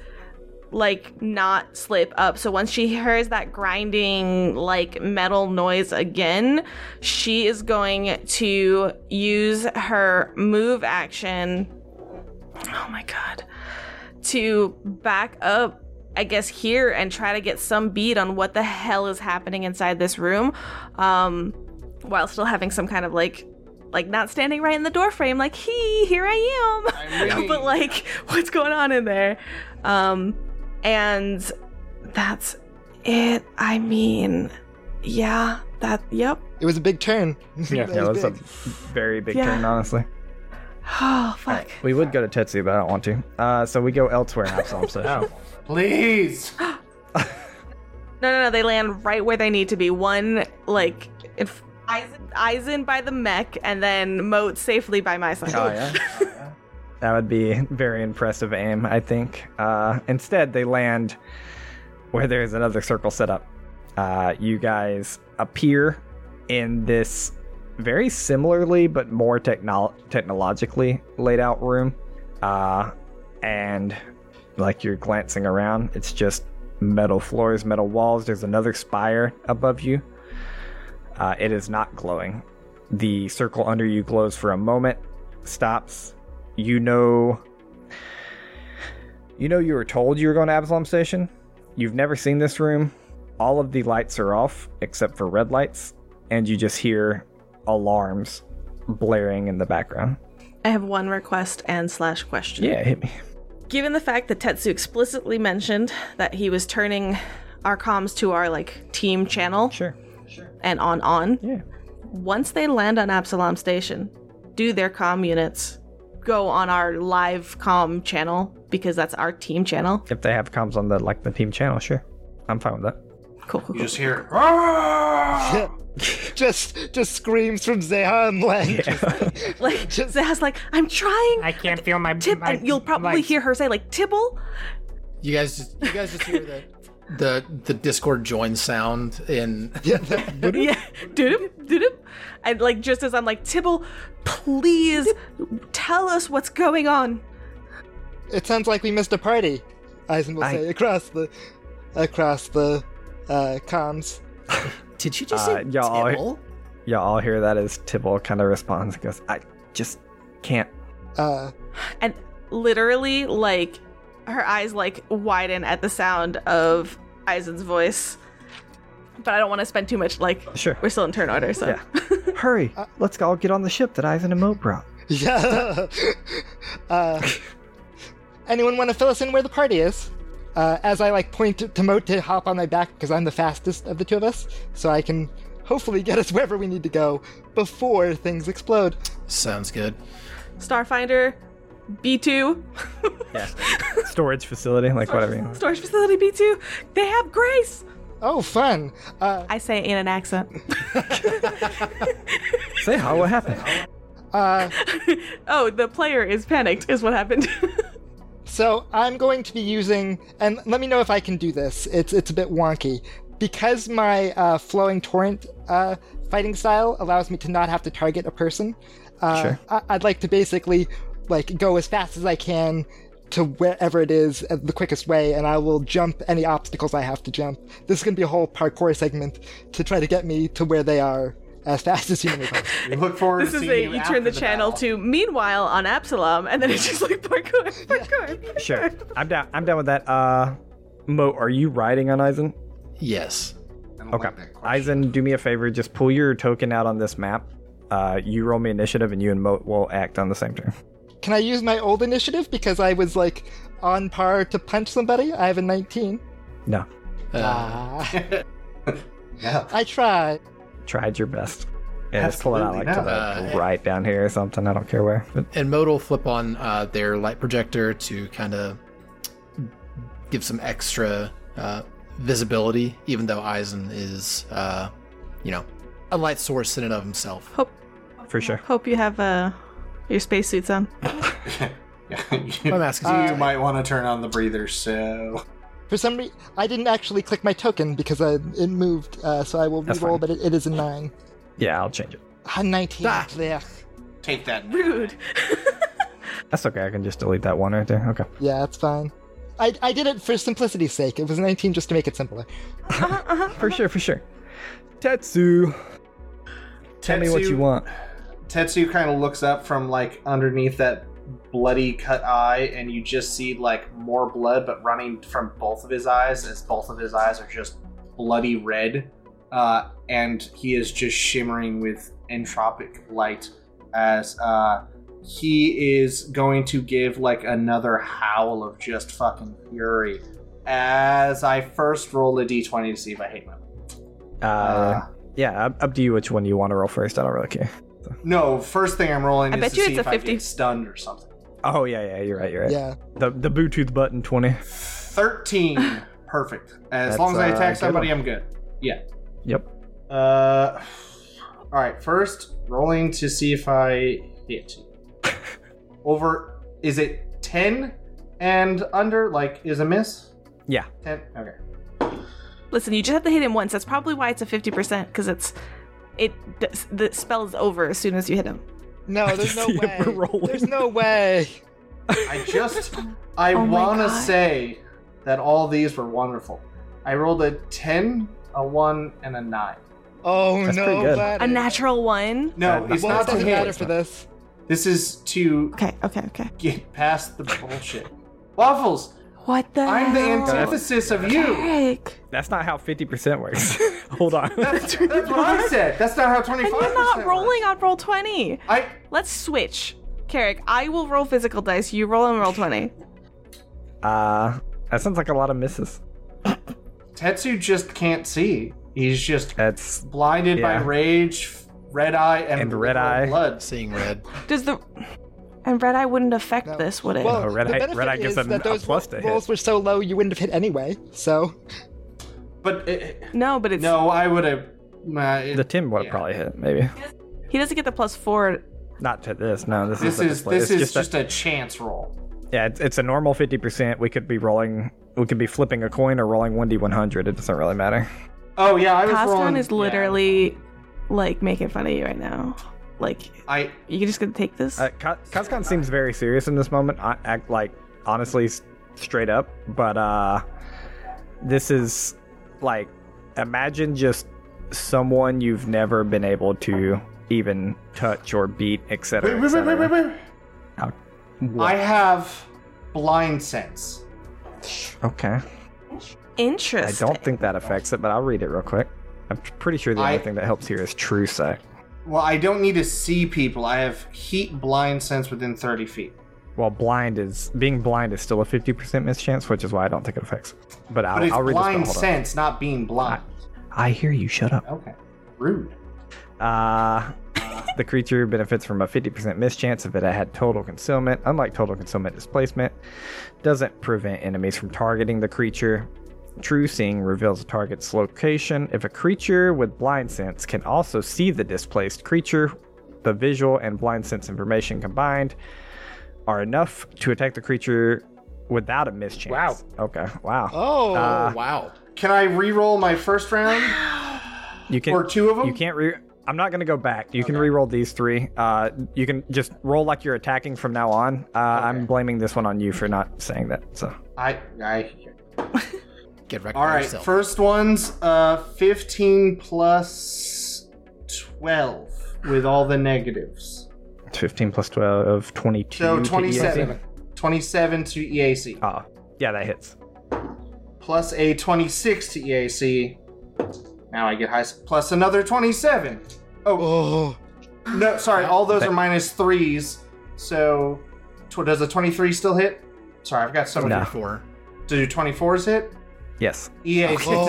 Speaker 1: like not slip up. So once she hears that grinding like metal noise again, she is going to use her move action. Oh my god. To back up I guess here and try to get some bead on what the hell is happening inside this room, um, while still having some kind of like, like not standing right in the door frame, like he, here I
Speaker 4: I'm
Speaker 1: am,
Speaker 4: ready.
Speaker 1: but like what's going on in there, um, and that's it. I mean, yeah, that, yep.
Speaker 3: It was a big turn.
Speaker 5: Yeah.
Speaker 3: That
Speaker 2: yeah,
Speaker 3: was
Speaker 2: that's a
Speaker 3: big.
Speaker 2: very big
Speaker 1: Yeah.
Speaker 2: turn, honestly.
Speaker 1: Oh fuck.
Speaker 2: We would go to Tetsu, but I don't want to. Uh, so we go elsewhere in Absalom's session.
Speaker 5: oh,
Speaker 4: Please.
Speaker 1: No, no, no. They land right where they need to be. One like if. Eisen by the mech, and then Moat safely by my side.
Speaker 2: Oh, yeah. That would be very impressive aim, I think. Uh, instead, they land where there's another circle set up. Uh, you guys appear in this very similarly but more technol technologically laid out room. Uh, and like you're glancing around, it's just metal floors, metal walls. There's another spire above you. Uh, it is not glowing. The circle under you glows for a moment, stops. You know. You know, you were told you were going to Absalom Station. You've never seen this room. All of the lights are off except for red lights, and you just hear alarms blaring in the background.
Speaker 1: I have one request and slash question.
Speaker 2: Yeah, hit me.
Speaker 1: Given the fact that Tetsu explicitly mentioned that he was turning our comms to our like team channel
Speaker 2: Sure.
Speaker 1: and on on,
Speaker 2: Yeah.
Speaker 1: once they land on Absalom Station, do their comm units go on our live comm channel because that's our team channel?
Speaker 2: If they have comms on the like the team channel, sure. I'm fine with that.
Speaker 1: Cool. cool,
Speaker 4: You
Speaker 1: cool.
Speaker 4: just hear. "Ah!"
Speaker 3: just just screams from Zehan Lang.
Speaker 1: Like Zah's like, I'm trying.
Speaker 5: I can't feel my
Speaker 1: Tib-
Speaker 5: my
Speaker 1: and you'll probably
Speaker 5: legs.
Speaker 1: hear her say like Tibble.
Speaker 6: You guys just you guys just hear the the the Discord join sound in
Speaker 3: Yeah, that-
Speaker 1: Yeah, doodip, doodip. And like just as I'm like, Tibble, please tell us what's going on.
Speaker 3: it sounds like we missed a party. Eisen will
Speaker 2: I-
Speaker 3: say across the across the uh, comms.
Speaker 6: Did you just
Speaker 2: Uh,
Speaker 6: say
Speaker 2: y'all-
Speaker 6: Tibble?
Speaker 2: Y'all all hear that as Tibble kind of responds and goes, I just can't.
Speaker 3: Uh,
Speaker 1: And literally, like, her eyes like widen at the sound of Eisen's voice. But I don't want to spend too much like
Speaker 2: Sure.
Speaker 1: we're still in turn order, so
Speaker 2: Yeah. Hurry,
Speaker 6: Uh,
Speaker 2: let's all get on the ship that Ivan and Mo brought.
Speaker 3: yeah. uh, anyone want to fill us in where the party is? Uh, as I like point to, to Moat to hop on my back because I'm the fastest of the two of us, so I can hopefully get us wherever we need to go before things explode.
Speaker 6: Sounds good.
Speaker 1: Starfinder, B2,
Speaker 2: Storage facility, like whatever. You want.
Speaker 1: storage facility B2, they have grace.
Speaker 3: Oh, fun! Uh,
Speaker 1: I say in an accent.
Speaker 2: Say how what happened?
Speaker 3: uh,
Speaker 1: oh, the player is panicked, is what happened.
Speaker 3: So I'm going to be using, and let me know if I can do this. It's it's a bit wonky because my uh, flowing torrent uh, fighting style allows me to not have to target a person. Uh,
Speaker 2: Sure.
Speaker 3: I- I'd like to basically like go as fast as I can to wherever it is uh, the quickest way, and I will jump any obstacles I have to jump. This is going to be a whole parkour segment to try to get me to where they are as fast as humanly possible.
Speaker 4: You look forward
Speaker 1: This
Speaker 4: to
Speaker 1: is
Speaker 4: seeing
Speaker 1: a
Speaker 4: you
Speaker 1: you
Speaker 4: after
Speaker 1: turn the, channel
Speaker 4: battle.
Speaker 1: to meanwhile on Absalom, and then it's just like parkour, parkour. parkour.
Speaker 2: Sure. I'm down I'm down with that. Uh Mo, are you riding on Eisen?
Speaker 6: Yes.
Speaker 4: I don't
Speaker 2: Okay.
Speaker 4: like that question.
Speaker 2: Eisen, do me a favor, just pull your token out on this map. Uh you roll me initiative and you and Moat will act on the same turn.
Speaker 3: Can I use my old initiative because I was like on par to punch somebody? I have a 19.
Speaker 2: No.
Speaker 6: Uh,
Speaker 3: Ah,
Speaker 4: Yeah.
Speaker 3: I tried.
Speaker 2: Tried your best. Yeah, just pull it out like
Speaker 4: Absolutely
Speaker 2: to the
Speaker 6: not.
Speaker 2: to right down here or something. I don't care where. But
Speaker 6: And Mode will flip on uh, their light projector to kind of give some extra uh, visibility, even though Eisen is, uh, you know, a light source in and of himself.
Speaker 1: Hope,
Speaker 2: for sure.
Speaker 1: hope you have uh, your spacesuits on.
Speaker 4: you,
Speaker 6: I'm asking
Speaker 4: you might want to turn on the breather, so
Speaker 3: For some reason, I didn't actually click my token because I, it moved, uh, so I will
Speaker 2: That's
Speaker 3: re-roll.
Speaker 2: fine.
Speaker 3: but it, it is a 9.
Speaker 2: Yeah, I'll change it.
Speaker 3: Ah, 19.
Speaker 6: Ah.
Speaker 3: blech.
Speaker 4: take that.
Speaker 1: Rude.
Speaker 2: That's okay, I can just delete that one right there. Okay.
Speaker 3: Yeah, that's fine. I, I did it for simplicity's sake. It was 19 just to make it simpler.
Speaker 1: Uh-huh,
Speaker 2: For sure, for sure. Tetsu, tell me what
Speaker 4: Tetsu-
Speaker 2: you want.
Speaker 4: Tetsu kind of looks up from like underneath that bloody cut eye, and you just see like more blood, but running from both of his eyes, as both of his eyes are just bloody red, uh, and he is just shimmering with entropic light. As uh, he is going to give like another howl of just fucking fury. As I first roll a d20 to see if I hate my.
Speaker 2: Uh, yeah, up, up to you which one you want to roll first. I don't really care.
Speaker 4: No, first thing I'm rolling
Speaker 1: I
Speaker 4: is
Speaker 1: bet
Speaker 4: to
Speaker 1: you
Speaker 4: see
Speaker 1: it's
Speaker 4: if
Speaker 1: a
Speaker 4: I
Speaker 1: 50.
Speaker 4: get stunned or something.
Speaker 2: Oh yeah, yeah, you're right, you're right.
Speaker 3: Yeah.
Speaker 2: The the Bluetooth button twenty.
Speaker 4: 13. Perfect. As
Speaker 2: That's,
Speaker 4: long as I
Speaker 2: uh,
Speaker 4: attack
Speaker 2: good
Speaker 4: somebody,
Speaker 2: one.
Speaker 4: I'm good. Yeah.
Speaker 2: Yep.
Speaker 4: Uh, all right. First, rolling to see if I hit. Over Is it 10 and under? Like, is a miss?
Speaker 2: Yeah.
Speaker 4: 10? Okay.
Speaker 1: Listen, you just have to hit him once. That's probably why it's a 50% because it's it the spell is over as soon as you hit him.
Speaker 3: No, there's no
Speaker 2: see it
Speaker 3: way.
Speaker 2: rolling.
Speaker 3: There's no way.
Speaker 4: I just, I
Speaker 1: Oh my
Speaker 4: want to
Speaker 1: God.
Speaker 4: say that all these were wonderful. I rolled a 10, a 1, and a 9.
Speaker 3: Oh
Speaker 2: That's pretty
Speaker 3: no,
Speaker 2: good.
Speaker 3: buddy.
Speaker 1: A natural one.
Speaker 4: No,
Speaker 2: That-
Speaker 4: it's
Speaker 3: Well,
Speaker 4: not
Speaker 3: it
Speaker 4: to
Speaker 3: doesn't matter
Speaker 4: hit.
Speaker 3: for this.
Speaker 4: This is to
Speaker 1: Okay, okay, okay.
Speaker 4: get past the bullshit. Waffles,
Speaker 1: What the
Speaker 4: I'm the
Speaker 1: hell?
Speaker 4: antithesis of you.
Speaker 1: Heck.
Speaker 2: That's not how 50% works. Hold on.
Speaker 4: That's, that's what I said. That's not how 25
Speaker 1: And you're not rolling on roll 20.
Speaker 4: I
Speaker 1: Let's switch. Carrick, I will roll physical dice. You roll on roll 20.
Speaker 2: Uh, that sounds like a lot of misses.
Speaker 4: Tetsu just can't see. He's just
Speaker 2: That's
Speaker 4: blinded
Speaker 2: Yeah.
Speaker 4: by rage, red eye, and,
Speaker 2: And red eye.
Speaker 4: blood.
Speaker 6: Seeing red.
Speaker 1: Does the. And red eye wouldn't affect
Speaker 3: No.
Speaker 1: this, would it?
Speaker 3: Well,
Speaker 2: oh, Red
Speaker 3: the
Speaker 2: Eye-
Speaker 3: benefit
Speaker 2: Red Eye gets
Speaker 3: is
Speaker 2: a-
Speaker 3: that
Speaker 2: a
Speaker 3: those
Speaker 2: plus to
Speaker 3: ro-
Speaker 2: hit.
Speaker 3: rolls were so low you wouldn't have hit anyway. So
Speaker 4: But it,
Speaker 1: no, but it's.
Speaker 4: no, I would have. Uh, it-
Speaker 2: the 10 would probably hit, maybe.
Speaker 1: He doesn't get the plus four.
Speaker 2: Not to this. No, this,
Speaker 4: this
Speaker 2: is, a
Speaker 4: is
Speaker 2: display.
Speaker 4: this
Speaker 2: It's
Speaker 4: is just
Speaker 2: a,
Speaker 4: a chance roll.
Speaker 2: yeah. It's, it's a normal 50%. We could be rolling. We could be flipping a coin or rolling 1d100. It doesn't really matter.
Speaker 4: Oh yeah, I was rolling.
Speaker 1: Coscon is
Speaker 4: yeah.
Speaker 1: literally like making fun of you right now. Like,
Speaker 4: I
Speaker 1: you just gonna take this?
Speaker 2: Uh, Ka- Kazkan seems very serious in this moment. I act like honestly s- straight up, but uh, this is like imagine just someone you've never been able to even touch or beat, etc.
Speaker 4: wait, wait, wait, wait, wait, wait.
Speaker 2: Out.
Speaker 4: I have blind sense.
Speaker 2: Okay, I
Speaker 1: Interesting.
Speaker 2: don't think that affects it, but I'll read it real quick. I'm pretty sure the
Speaker 4: I-
Speaker 2: only thing that helps here is true sight.
Speaker 4: Well, I don't need to see people. I have heat blind sense within thirty feet.
Speaker 2: Well, blind is being blind is still a 50% mischance, which is why I don't think it affects. But I'll,
Speaker 4: But it's
Speaker 2: I'll read
Speaker 4: blind
Speaker 2: this. but Hold
Speaker 4: sense, not being blind.
Speaker 2: on. I hear you. Shut up.
Speaker 4: Okay, rude.
Speaker 2: Uh, the creature benefits from a 50% mischance if it had total concealment. Unlike total concealment displacement, doesn't prevent enemies from targeting the creature. True seeing reveals a target's location. If a creature with blind sense can also see the displaced creature, the visual and blind sense information combined are enough to attack the creature without a mischance.
Speaker 5: Wow.
Speaker 2: Okay. Wow.
Speaker 3: oh,
Speaker 6: Oh, wow.
Speaker 4: Can I re-roll my first round?
Speaker 2: You can
Speaker 4: Or two of 'em?
Speaker 2: You can't re. I'm not gonna go back. You can re-roll these three. Uh, you can just roll like you're attacking from now on. Uh, I'm blaming this one on you for not saying that. So
Speaker 4: I I
Speaker 6: Get wrecked
Speaker 4: All
Speaker 6: by
Speaker 4: right,
Speaker 6: yourself.
Speaker 4: first one's uh 15 plus 12 with all the negatives.
Speaker 2: 15 plus 12, 22.
Speaker 4: So
Speaker 2: to EAC.
Speaker 4: 27. 27 to EAC.
Speaker 2: Ah, yeah, that hits.
Speaker 4: Plus a 26 to EAC. Now I get high s- plus another 27. Oh,
Speaker 3: oh,
Speaker 4: no, sorry, all those are minus 3s. So tw- does a 23 still hit? Sorry, I've got so many.
Speaker 2: No.
Speaker 6: Four.
Speaker 4: Do 24s hit?
Speaker 2: Yes.
Speaker 4: EAC. all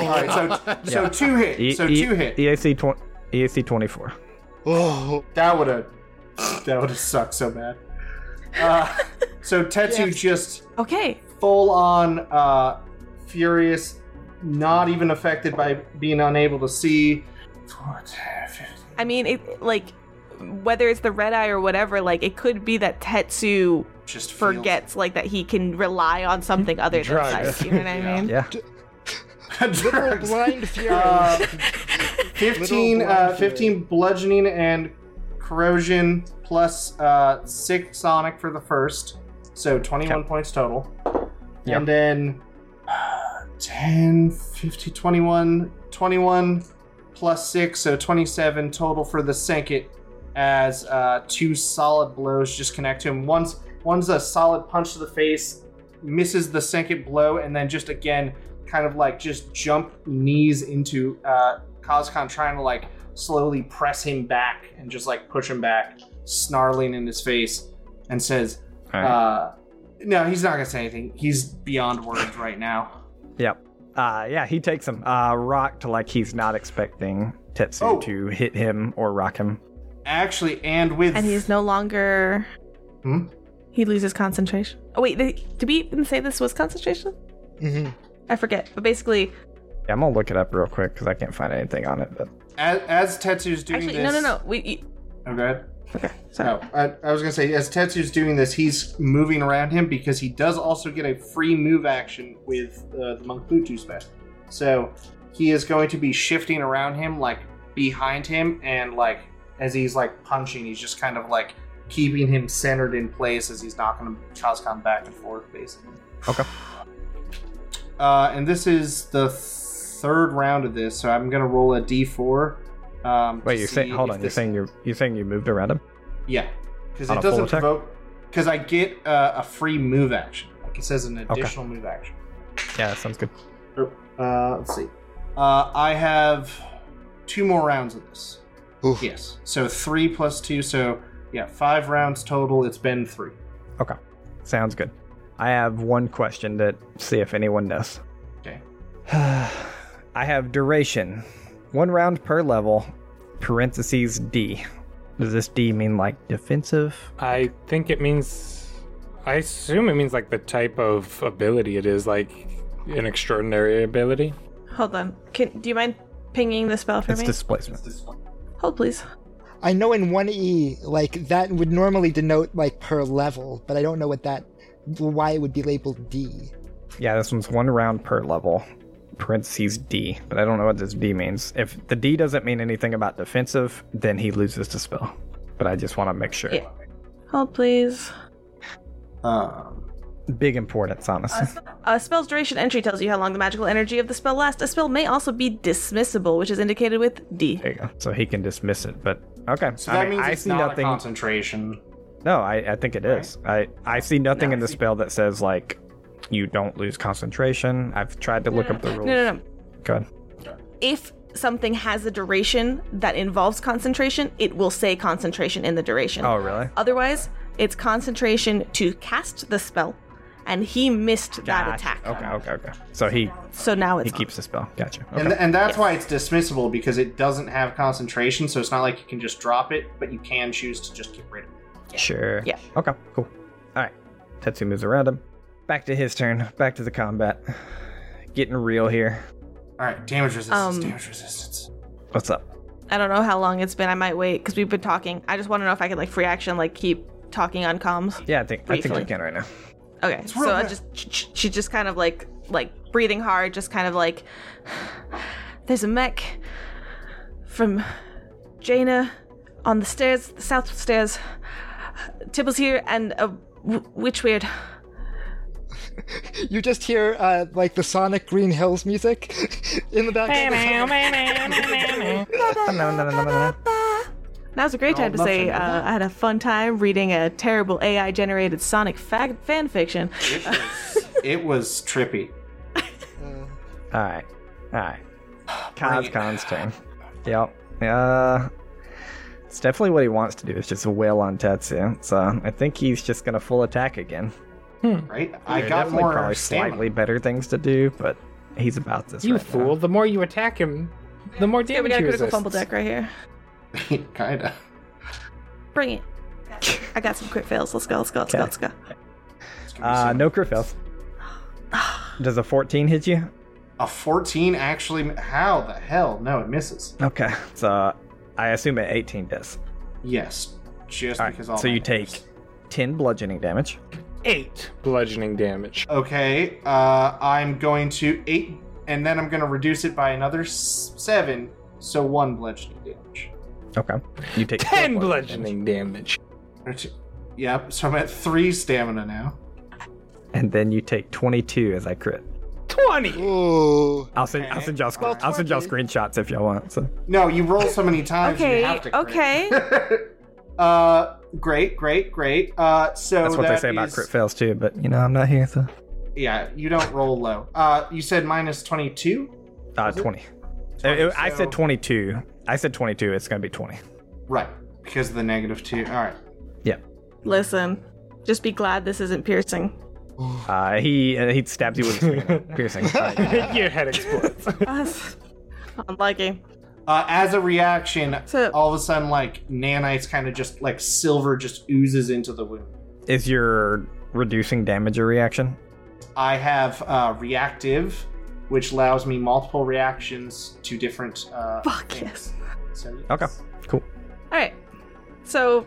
Speaker 4: right, so so two
Speaker 2: E-
Speaker 4: hit. So
Speaker 2: E-
Speaker 4: two hit.
Speaker 2: EAC 20. EAC 24.
Speaker 3: oh.
Speaker 4: That would have that would have sucked so bad. Uh, so Tetsu
Speaker 3: Yes.
Speaker 4: just
Speaker 1: okay.
Speaker 4: full on uh, furious, not even affected by being unable to see.
Speaker 1: I mean, it like whether it's the red eye or whatever, like it could be that Tetsu
Speaker 4: Just feels-
Speaker 1: forgets like that he can rely on something other than
Speaker 5: Drugs.
Speaker 1: sight. You know what I mean?
Speaker 2: Yeah.
Speaker 3: Literal
Speaker 4: Drugs.
Speaker 3: blind fury.
Speaker 4: Uh, 15,
Speaker 3: Little
Speaker 4: uh,
Speaker 3: blind
Speaker 4: 15 bludgeoning and corrosion plus uh, 6 sonic for the first. So 21 points total.
Speaker 2: Yep.
Speaker 4: And then uh, 10, 50, 21, 21 plus 6, so 27 total for the second as uh, two solid blows just connect to him. One's, one's a solid punch to the face, misses the second blow, and then just again kind of like just jump knees into uh, Kazkan, trying to like slowly press him back and just like push him back, snarling in his face, and says,
Speaker 2: All right.
Speaker 4: uh, "No, he's not gonna say anything. He's beyond words right now."
Speaker 2: Yep. Uh, yeah, he takes him. Uh, rocked like he's not expecting Tetsu
Speaker 4: Oh.
Speaker 2: to hit him or rock him.
Speaker 4: Actually, and with
Speaker 1: And he's no longer.
Speaker 4: Hmm?
Speaker 1: He loses concentration. Oh wait, they, did we even say this was concentration?
Speaker 3: hmm
Speaker 1: I forget. But basically,
Speaker 2: Yeah, I'm gonna look it up real quick because I can't find anything on it. But
Speaker 4: as, as Tetsu's doing
Speaker 1: actually,
Speaker 4: this.
Speaker 1: no, no, no. We,
Speaker 4: Oh, go ahead.
Speaker 1: Okay, sorry.
Speaker 4: No, I, I was gonna say as Tetsu's doing this, he's moving around him because he does also get a free move action with uh, the monk Bluetooth spell. So he is going to be shifting around him, like behind him, and like as he's like punching, he's just kind of like keeping him centered in place as he's knocking him Kazkan back and forth, basically.
Speaker 2: Okay.
Speaker 4: Uh, and this is the third round of this, so I'm gonna roll a d4. Um,
Speaker 2: Wait,
Speaker 4: to
Speaker 2: you're
Speaker 4: see
Speaker 2: saying? Hold
Speaker 4: if
Speaker 2: on. You're
Speaker 4: this-
Speaker 2: saying you you're saying you moved around him?
Speaker 4: yeah, because
Speaker 2: On
Speaker 4: it
Speaker 2: a full
Speaker 4: doesn't
Speaker 2: attack?
Speaker 4: provoke. Because I get uh, a free move action. Like it says an additional move action.
Speaker 2: Yeah, that sounds good.
Speaker 4: Oh, Uh, let's see. Uh, I have two more rounds of this.
Speaker 3: Oof.
Speaker 4: Yes. So three plus two. So yeah, five rounds total. It's been three.
Speaker 2: Okay, sounds good. I have one question to see if anyone knows.
Speaker 4: Okay.
Speaker 2: I have duration, one round per level, parentheses D. Does this D mean like defensive?
Speaker 5: I think it means. I assume it means like the type of ability it is, like an extraordinary ability.
Speaker 1: Hold on. Can do you mind pinging the spell for
Speaker 2: It's
Speaker 1: me?
Speaker 2: displacement.
Speaker 1: Hold please.
Speaker 3: I know in 1E, like, that would normally denote, like, per level, but I don't know what that, why it would be labeled D.
Speaker 2: Yeah, this one's one round per level, parentheses D. But I don't know what this D means. If the D doesn't mean anything about defensive, then he loses the spell. But I just want to make sure.
Speaker 1: Yeah. Hold please.
Speaker 4: Um,
Speaker 2: Big importance, honestly.
Speaker 1: A spell's duration entry tells you how long the magical energy of the spell lasts. A spell may also be dismissible, which is indicated with D.
Speaker 2: There you go. So he can dismiss it. But okay,
Speaker 4: so that
Speaker 2: I mean,
Speaker 4: means
Speaker 2: I
Speaker 4: it's
Speaker 2: see
Speaker 4: not
Speaker 2: nothing.
Speaker 4: a concentration.
Speaker 2: No, I, I think it is. I, I see nothing in the spell that says like you don't lose concentration. I've tried to look up the
Speaker 1: No,
Speaker 2: rules.
Speaker 1: no, no.
Speaker 2: Go ahead.
Speaker 1: If something has a duration that involves concentration, it will say concentration in the duration.
Speaker 2: Oh, really?
Speaker 1: Otherwise, it's concentration to cast the spell, and he missed that
Speaker 2: Gotcha.
Speaker 1: attack.
Speaker 2: Okay, okay, okay. So he
Speaker 1: So now it's
Speaker 2: he keeps the spell. Gotcha. Okay.
Speaker 4: And, th- and that's why it's dismissible because it doesn't have concentration, so it's not like you can just drop it, but you can choose to just get rid of it.
Speaker 2: Sure.
Speaker 1: Yeah.
Speaker 2: Okay, cool. All right. Tetsu moves around him. Back to his turn. Back to the combat. Getting real here.
Speaker 4: All right, damage resistance.
Speaker 1: Um,
Speaker 4: damage resistance.
Speaker 2: What's up?
Speaker 1: I don't know how long it's been. I might wait because we've been talking. I just want to know if I could like free action, like keep talking on comms.
Speaker 2: Yeah, I think I think we
Speaker 1: briefly.
Speaker 2: can right now.
Speaker 1: Okay, so
Speaker 4: real
Speaker 1: I
Speaker 4: bad.
Speaker 1: just sh- sh- she just kind of like like breathing hard, just kind of like there's a mech from Jaina on the stairs, the south stairs. Tibble's here and a w- witch weird.
Speaker 3: You just hear, uh, like, the Sonic Green Hills music in the background.
Speaker 2: No, no, no, no, no, no.
Speaker 1: Now's a great time to say uh, I had a fun time reading a terrible AI generated Sonic fag- fan fiction.
Speaker 4: It was trippy.
Speaker 2: All right. All right. Kaz Khan's turn. Yep. Uh, it's definitely what he wants to do. It's just wail on Tetsu. So I think he's just gonna full attack again.
Speaker 4: Right? I
Speaker 2: There are
Speaker 4: got
Speaker 2: definitely
Speaker 4: more
Speaker 2: probably slightly
Speaker 4: stamina.
Speaker 2: better things to do, but he's about this.
Speaker 5: You
Speaker 2: right now.
Speaker 5: fool! The more you attack him, the more
Speaker 1: Yeah, we
Speaker 5: damage
Speaker 1: got a
Speaker 5: he
Speaker 1: critical
Speaker 5: resists.
Speaker 1: fumble deck right here.
Speaker 4: Kinda.
Speaker 1: Bring it. I got some crit fails. Let's go. Let's go. Let's go. Let's go.
Speaker 4: It's gonna be
Speaker 2: Uh,
Speaker 4: so-
Speaker 2: no crit fails. Does a 14 hit you?
Speaker 4: A 14 actually. How the hell? No, it misses.
Speaker 2: Okay. So I assume an 18 does.
Speaker 4: Yes. Just
Speaker 2: All
Speaker 4: because
Speaker 2: right.
Speaker 4: all
Speaker 2: So
Speaker 4: my
Speaker 2: you take
Speaker 4: numbers.
Speaker 2: 10 bludgeoning damage.
Speaker 5: Eight bludgeoning damage.
Speaker 4: Okay, uh, I'm going to 8, and then I'm going to reduce it by another s- 7, so 1 bludgeoning damage.
Speaker 2: Okay. You take 12
Speaker 5: Ten bludgeoning damage.
Speaker 4: Or two. Yep, so I'm at 3 stamina now.
Speaker 2: and then you take 22 as I crit.
Speaker 5: Twenty.
Speaker 3: Ooh.
Speaker 2: I'll send I'll send y'all screen, I'll send y'all screenshots if y'all want. So
Speaker 4: No, you roll so many times. you
Speaker 1: Okay.
Speaker 4: have to crit.
Speaker 1: Okay.
Speaker 4: uh, great, great, great. Uh, so
Speaker 2: that's what
Speaker 4: that
Speaker 2: they say about
Speaker 4: is-
Speaker 2: crit fails too. But you know I'm not here, so
Speaker 4: Yeah, you don't roll low. Uh, you said minus 22?
Speaker 2: uh, 20. It- it- I
Speaker 4: so-
Speaker 2: said 22. I said 22. It's gonna be 20.
Speaker 4: Right, because of the negative 2. All right.
Speaker 2: Yeah.
Speaker 1: Listen, just be glad this isn't piercing.
Speaker 2: Uh, he uh, he stabs you with his finger, piercing. Uh,
Speaker 5: Your head explodes.
Speaker 1: Us. Unlucky.
Speaker 4: Uh, as a reaction,
Speaker 1: So-
Speaker 4: all of a sudden, like nanites, kind of just like silver, just oozes into the wound.
Speaker 2: Is your reducing damage a reaction?
Speaker 4: I have uh, reactive, which allows me multiple reactions to different. Uh,
Speaker 1: Fuck
Speaker 4: things.
Speaker 1: yes.
Speaker 4: So, yes.
Speaker 2: Okay, cool.
Speaker 1: All right. So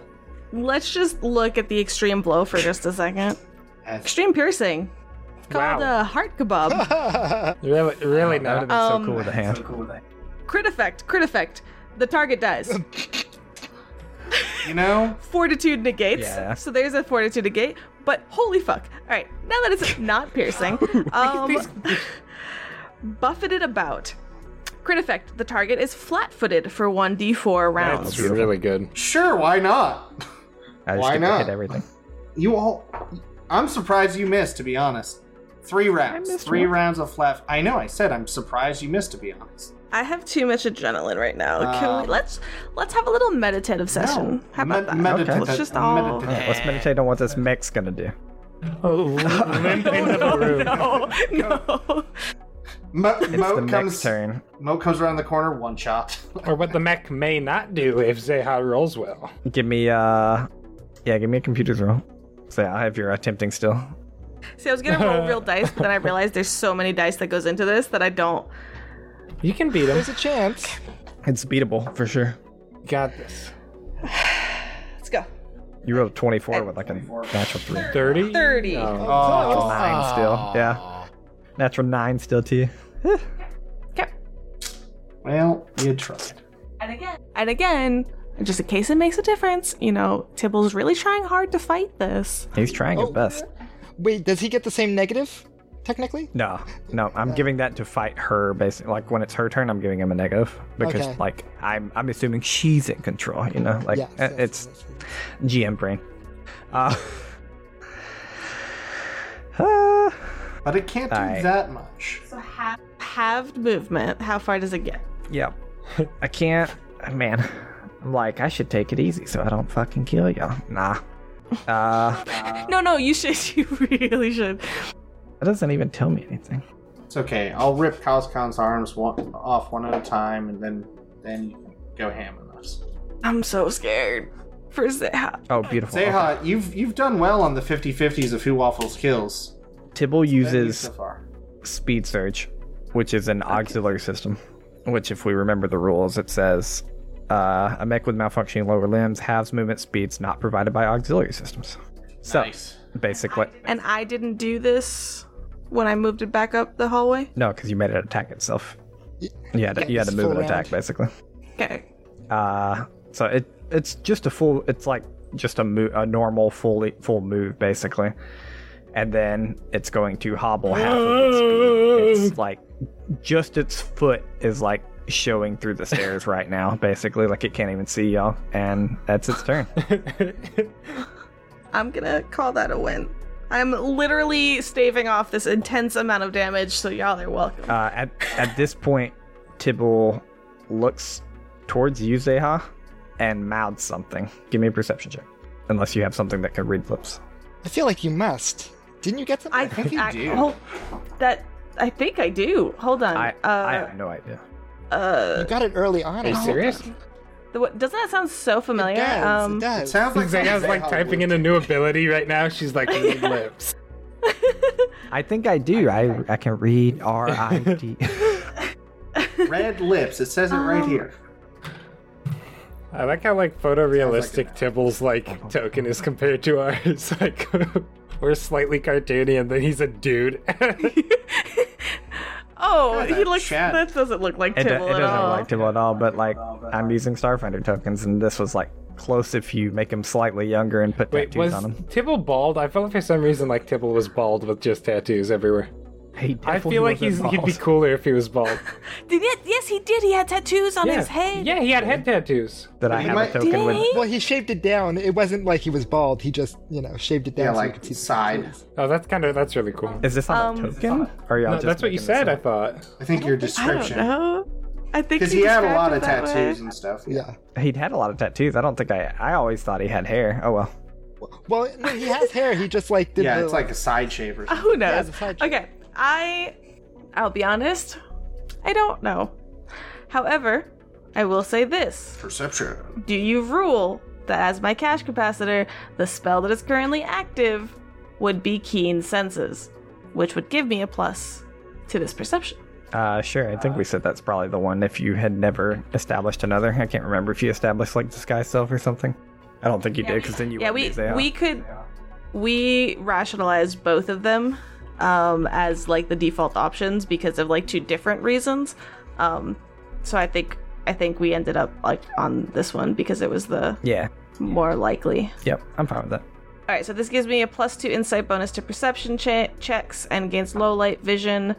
Speaker 1: Let's just look at the extreme blow for just a second. Extreme piercing. It's called
Speaker 5: Wow.
Speaker 1: uh, heart kebab.
Speaker 5: Really, really
Speaker 2: That would have
Speaker 5: not.
Speaker 2: been
Speaker 1: Um,
Speaker 2: so cool with a hand.
Speaker 1: crit effect. Crit effect. The target dies.
Speaker 4: You know?
Speaker 1: Fortitude negates.
Speaker 2: Yeah.
Speaker 1: So there's a fortitude negate. But holy fuck! All right, now that it's not piercing, um, buffeted about. Crit effect. The target is flat-footed for one d4 rounds.
Speaker 5: That's really good.
Speaker 4: Sure, why not?
Speaker 2: I just
Speaker 4: why
Speaker 2: get to
Speaker 4: not?
Speaker 2: hit everything.
Speaker 4: You all. I'm surprised you missed, to be honest. Three rounds.
Speaker 1: missed
Speaker 4: Three
Speaker 1: one.
Speaker 4: rounds of flat. I know, I said I'm surprised you missed, to be honest.
Speaker 1: I have too much adrenaline right now. Can
Speaker 4: Um,
Speaker 1: we let's let's have a little meditative session?
Speaker 4: No.
Speaker 1: How about
Speaker 4: Med-
Speaker 1: that?
Speaker 4: meditative-
Speaker 1: Let's just all.
Speaker 4: meditative.
Speaker 2: Yeah, let's meditate on what this mech's gonna do.
Speaker 5: Limp into the room.
Speaker 1: No, no.
Speaker 4: Mo,
Speaker 2: It's
Speaker 4: Mo
Speaker 2: the mech's
Speaker 4: comes,
Speaker 2: turn.
Speaker 4: Mo comes around the corner, one shot.
Speaker 5: Or what the mech may not do if Zeha rolls well.
Speaker 2: Give me uh, yeah, give me a computer's roll. So yeah, I have your attempting still.
Speaker 1: See, I was gonna roll real dice, but then I realized there's so many dice that goes into this that I don't.
Speaker 5: You can beat him.
Speaker 3: There's a chance.
Speaker 2: It's beatable for sure.
Speaker 5: Got this.
Speaker 1: Let's go.
Speaker 2: You rolled a 24 with like a natural three.
Speaker 5: 30?
Speaker 1: Thirty.
Speaker 4: Oh,
Speaker 2: Nine still. Yeah. Natural nine still to you.
Speaker 1: Okay.
Speaker 4: well, you tried.
Speaker 1: And again. And again. Just in case it makes a difference, you know, Tibble's really trying hard to fight this.
Speaker 2: He's trying his best.
Speaker 3: Wait, does he get the same negative? Technically,
Speaker 2: No, no, I'm giving that to fight her. Basically, like when it's her turn, I'm giving him a negative because,
Speaker 3: Okay.
Speaker 2: like, I'm I'm assuming she's in control. You know, like
Speaker 3: yeah.
Speaker 2: uh, it's GM brain. Uh, uh,
Speaker 4: But it can't do
Speaker 2: Alright.
Speaker 4: that much.
Speaker 1: Halved movement. How far does it get?
Speaker 2: yeah, I can't. Man, I'm like I should take it easy so I don't fucking kill y'all. Nah. Uh,
Speaker 1: No, no, you should. You really should.
Speaker 2: that doesn't even tell me anything.
Speaker 4: It's okay. I'll rip Koskan's arms one, off one at a time, and then then you can go ham on us.
Speaker 1: I'm so scared for Zeha.
Speaker 2: Oh, beautiful. Okay.
Speaker 4: Zeha, you've you've done well on the 50-50s of who waffles kills.
Speaker 2: Tibble
Speaker 4: Thank you
Speaker 2: uses
Speaker 4: so far.
Speaker 2: speed surge, which is an auxiliary system. Which, if we remember the rules, it says uh, a mech with malfunctioning lower limbs halves movement speeds not provided by auxiliary systems. So
Speaker 4: Nice.
Speaker 2: basically,
Speaker 1: And I didn't do this when I moved it back up the hallway.
Speaker 2: no, because you made it attack itself. You had to, you had to
Speaker 3: it's
Speaker 2: move
Speaker 3: full
Speaker 2: an attack
Speaker 3: round.
Speaker 2: basically.
Speaker 1: Okay.
Speaker 2: Uh, so it it's just a full. It's like just a mo- a normal fully full move basically, and then it's going to hobble half of its speed. It's like just its foot is like showing through the stairs right now basically like it can't even see y'all and that's its turn
Speaker 1: I'm gonna call that a win. I'm literally staving off this intense amount of damage, so y'all are welcome.
Speaker 2: uh at at this point tibble looks towards you zeha and mouths something give me a perception check unless you have something that can read lips
Speaker 3: I feel like you must. Didn't you get them?
Speaker 1: I
Speaker 4: think you
Speaker 1: I,
Speaker 4: do.
Speaker 1: Hold, that I think I do. Hold on.
Speaker 2: i
Speaker 1: uh,
Speaker 2: i have no idea
Speaker 1: uh,
Speaker 3: you got it early on.
Speaker 5: Are you
Speaker 3: I hope.
Speaker 5: serious?
Speaker 1: the, what, doesn't that sound so
Speaker 3: It
Speaker 1: familiar?
Speaker 3: does.
Speaker 1: um,
Speaker 3: it does.
Speaker 4: It sounds like something
Speaker 5: Zeha's like
Speaker 4: Zeha
Speaker 5: typing
Speaker 4: would
Speaker 5: in a new ability right now. She's like, read lips.
Speaker 2: I think I do. I I can read R I D.
Speaker 4: do. Red lips. It says it
Speaker 1: Oh.
Speaker 4: right here.
Speaker 5: I like how like photorealistic Tibble's like token is compared to ours. Like we're slightly cartoony, and then he's a dude.
Speaker 1: oh,
Speaker 4: Yeah,
Speaker 1: he
Speaker 4: that
Speaker 1: looks.
Speaker 4: chat.
Speaker 1: That doesn't look like
Speaker 2: It, do, it
Speaker 1: Tibble
Speaker 2: doesn't
Speaker 1: at all.
Speaker 2: like Tibble at all, but like I'm using Starfinder tokens, and this was like close if you make him slightly younger and put
Speaker 5: Wait,
Speaker 2: tattoos
Speaker 5: was
Speaker 2: on him.
Speaker 5: Tibble bald? I felt for some reason like Tibble was bald with just tattoos everywhere.
Speaker 2: He
Speaker 5: I
Speaker 2: definitely
Speaker 5: feel like
Speaker 2: wasn't
Speaker 5: he's, he'd
Speaker 2: bald.
Speaker 5: be cooler if he was bald.
Speaker 1: Did he- yes, he did. He had tattoos on
Speaker 5: yeah.
Speaker 1: his head.
Speaker 5: Yeah, he had head tattoos.
Speaker 2: that I have
Speaker 4: might-
Speaker 2: a token with.
Speaker 1: Dang.
Speaker 3: Well, he shaved it down. It wasn't like he was bald. He just, you know, shaved it down
Speaker 4: Yeah,
Speaker 3: so you
Speaker 4: like
Speaker 3: could see.
Speaker 4: side.
Speaker 5: Oh, that's kind of that's really cool.
Speaker 2: Is this on
Speaker 1: Um,
Speaker 2: a token? Or are y'all
Speaker 5: No,
Speaker 2: just
Speaker 5: that's what you
Speaker 2: making this
Speaker 5: said. I
Speaker 2: up?
Speaker 5: thought.
Speaker 4: I think your
Speaker 1: I don't
Speaker 4: description.
Speaker 1: know. I think
Speaker 4: Because he had a
Speaker 1: described
Speaker 4: lot
Speaker 1: it
Speaker 4: of
Speaker 1: that way.
Speaker 4: tattoos and stuff.
Speaker 3: Yeah.
Speaker 2: He'd had a lot of tattoos. I don't think I. I always thought he had hair. Oh well.
Speaker 3: Well, no, he has hair. He just like did
Speaker 4: Yeah,
Speaker 3: the,
Speaker 4: it's like a side shave or something.
Speaker 1: Who knows?
Speaker 3: the side chick.
Speaker 1: okay, I I'll be honest. I don't know. However, I will say this.
Speaker 4: Perception.
Speaker 1: Do you rule that as my cash capacitor, the spell that is currently active would be keen senses, which would give me a plus to this perception.
Speaker 2: Uh, sure. I think we said that's probably the one. If you had never established another, I can't remember if you established like disguise self or something. I don't think you did because then you
Speaker 1: yeah,
Speaker 2: would've
Speaker 1: we
Speaker 2: used AI.
Speaker 1: we could we rationalized both of them um, as like the default options because of like two different reasons. Um, so I think I think we ended up like on this one because it was the
Speaker 2: yeah.
Speaker 1: more likely.
Speaker 2: Yep. I'm fine with that.
Speaker 1: All right, so this gives me a plus two insight bonus to perception che- checks and gains low light vision.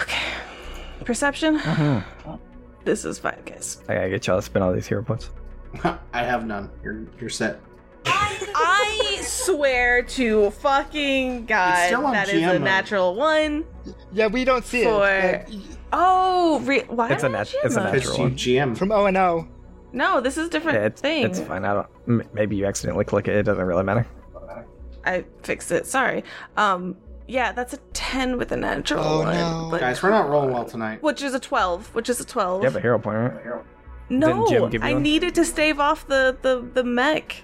Speaker 1: Okay, perception. This is fine, guys.
Speaker 2: I gotta get y'all to spend all these hero points.
Speaker 4: I have none. You're you're set.
Speaker 1: I swear to fucking
Speaker 4: It's
Speaker 1: god,
Speaker 4: still on
Speaker 1: that is
Speaker 4: GM
Speaker 1: a
Speaker 4: mode.
Speaker 1: natural one.
Speaker 3: Yeah, we don't see
Speaker 1: For-
Speaker 3: it Uh, but
Speaker 1: Oh, re- why?
Speaker 2: It's a
Speaker 1: am I
Speaker 2: nat- it's a
Speaker 1: GM?
Speaker 2: nat-
Speaker 4: Because
Speaker 2: Natural
Speaker 4: you
Speaker 2: one.
Speaker 4: GM.
Speaker 3: from O and O.
Speaker 1: No, this is a different
Speaker 2: Yeah, it's,
Speaker 1: thing.
Speaker 2: it's fine. I don't. m- Maybe you accidentally click it. It doesn't really matter.
Speaker 1: I fixed it. Sorry. Um, yeah, that's a ten with a natural
Speaker 3: Oh,
Speaker 1: one,
Speaker 3: no.
Speaker 1: but-
Speaker 4: Guys, we're not rolling well tonight.
Speaker 1: which is a twelve. Which is a twelve.
Speaker 2: You have a hero point, right?
Speaker 1: no,
Speaker 2: Didn't Jim give you
Speaker 1: I
Speaker 2: one?
Speaker 1: needed to stave off the the the mech.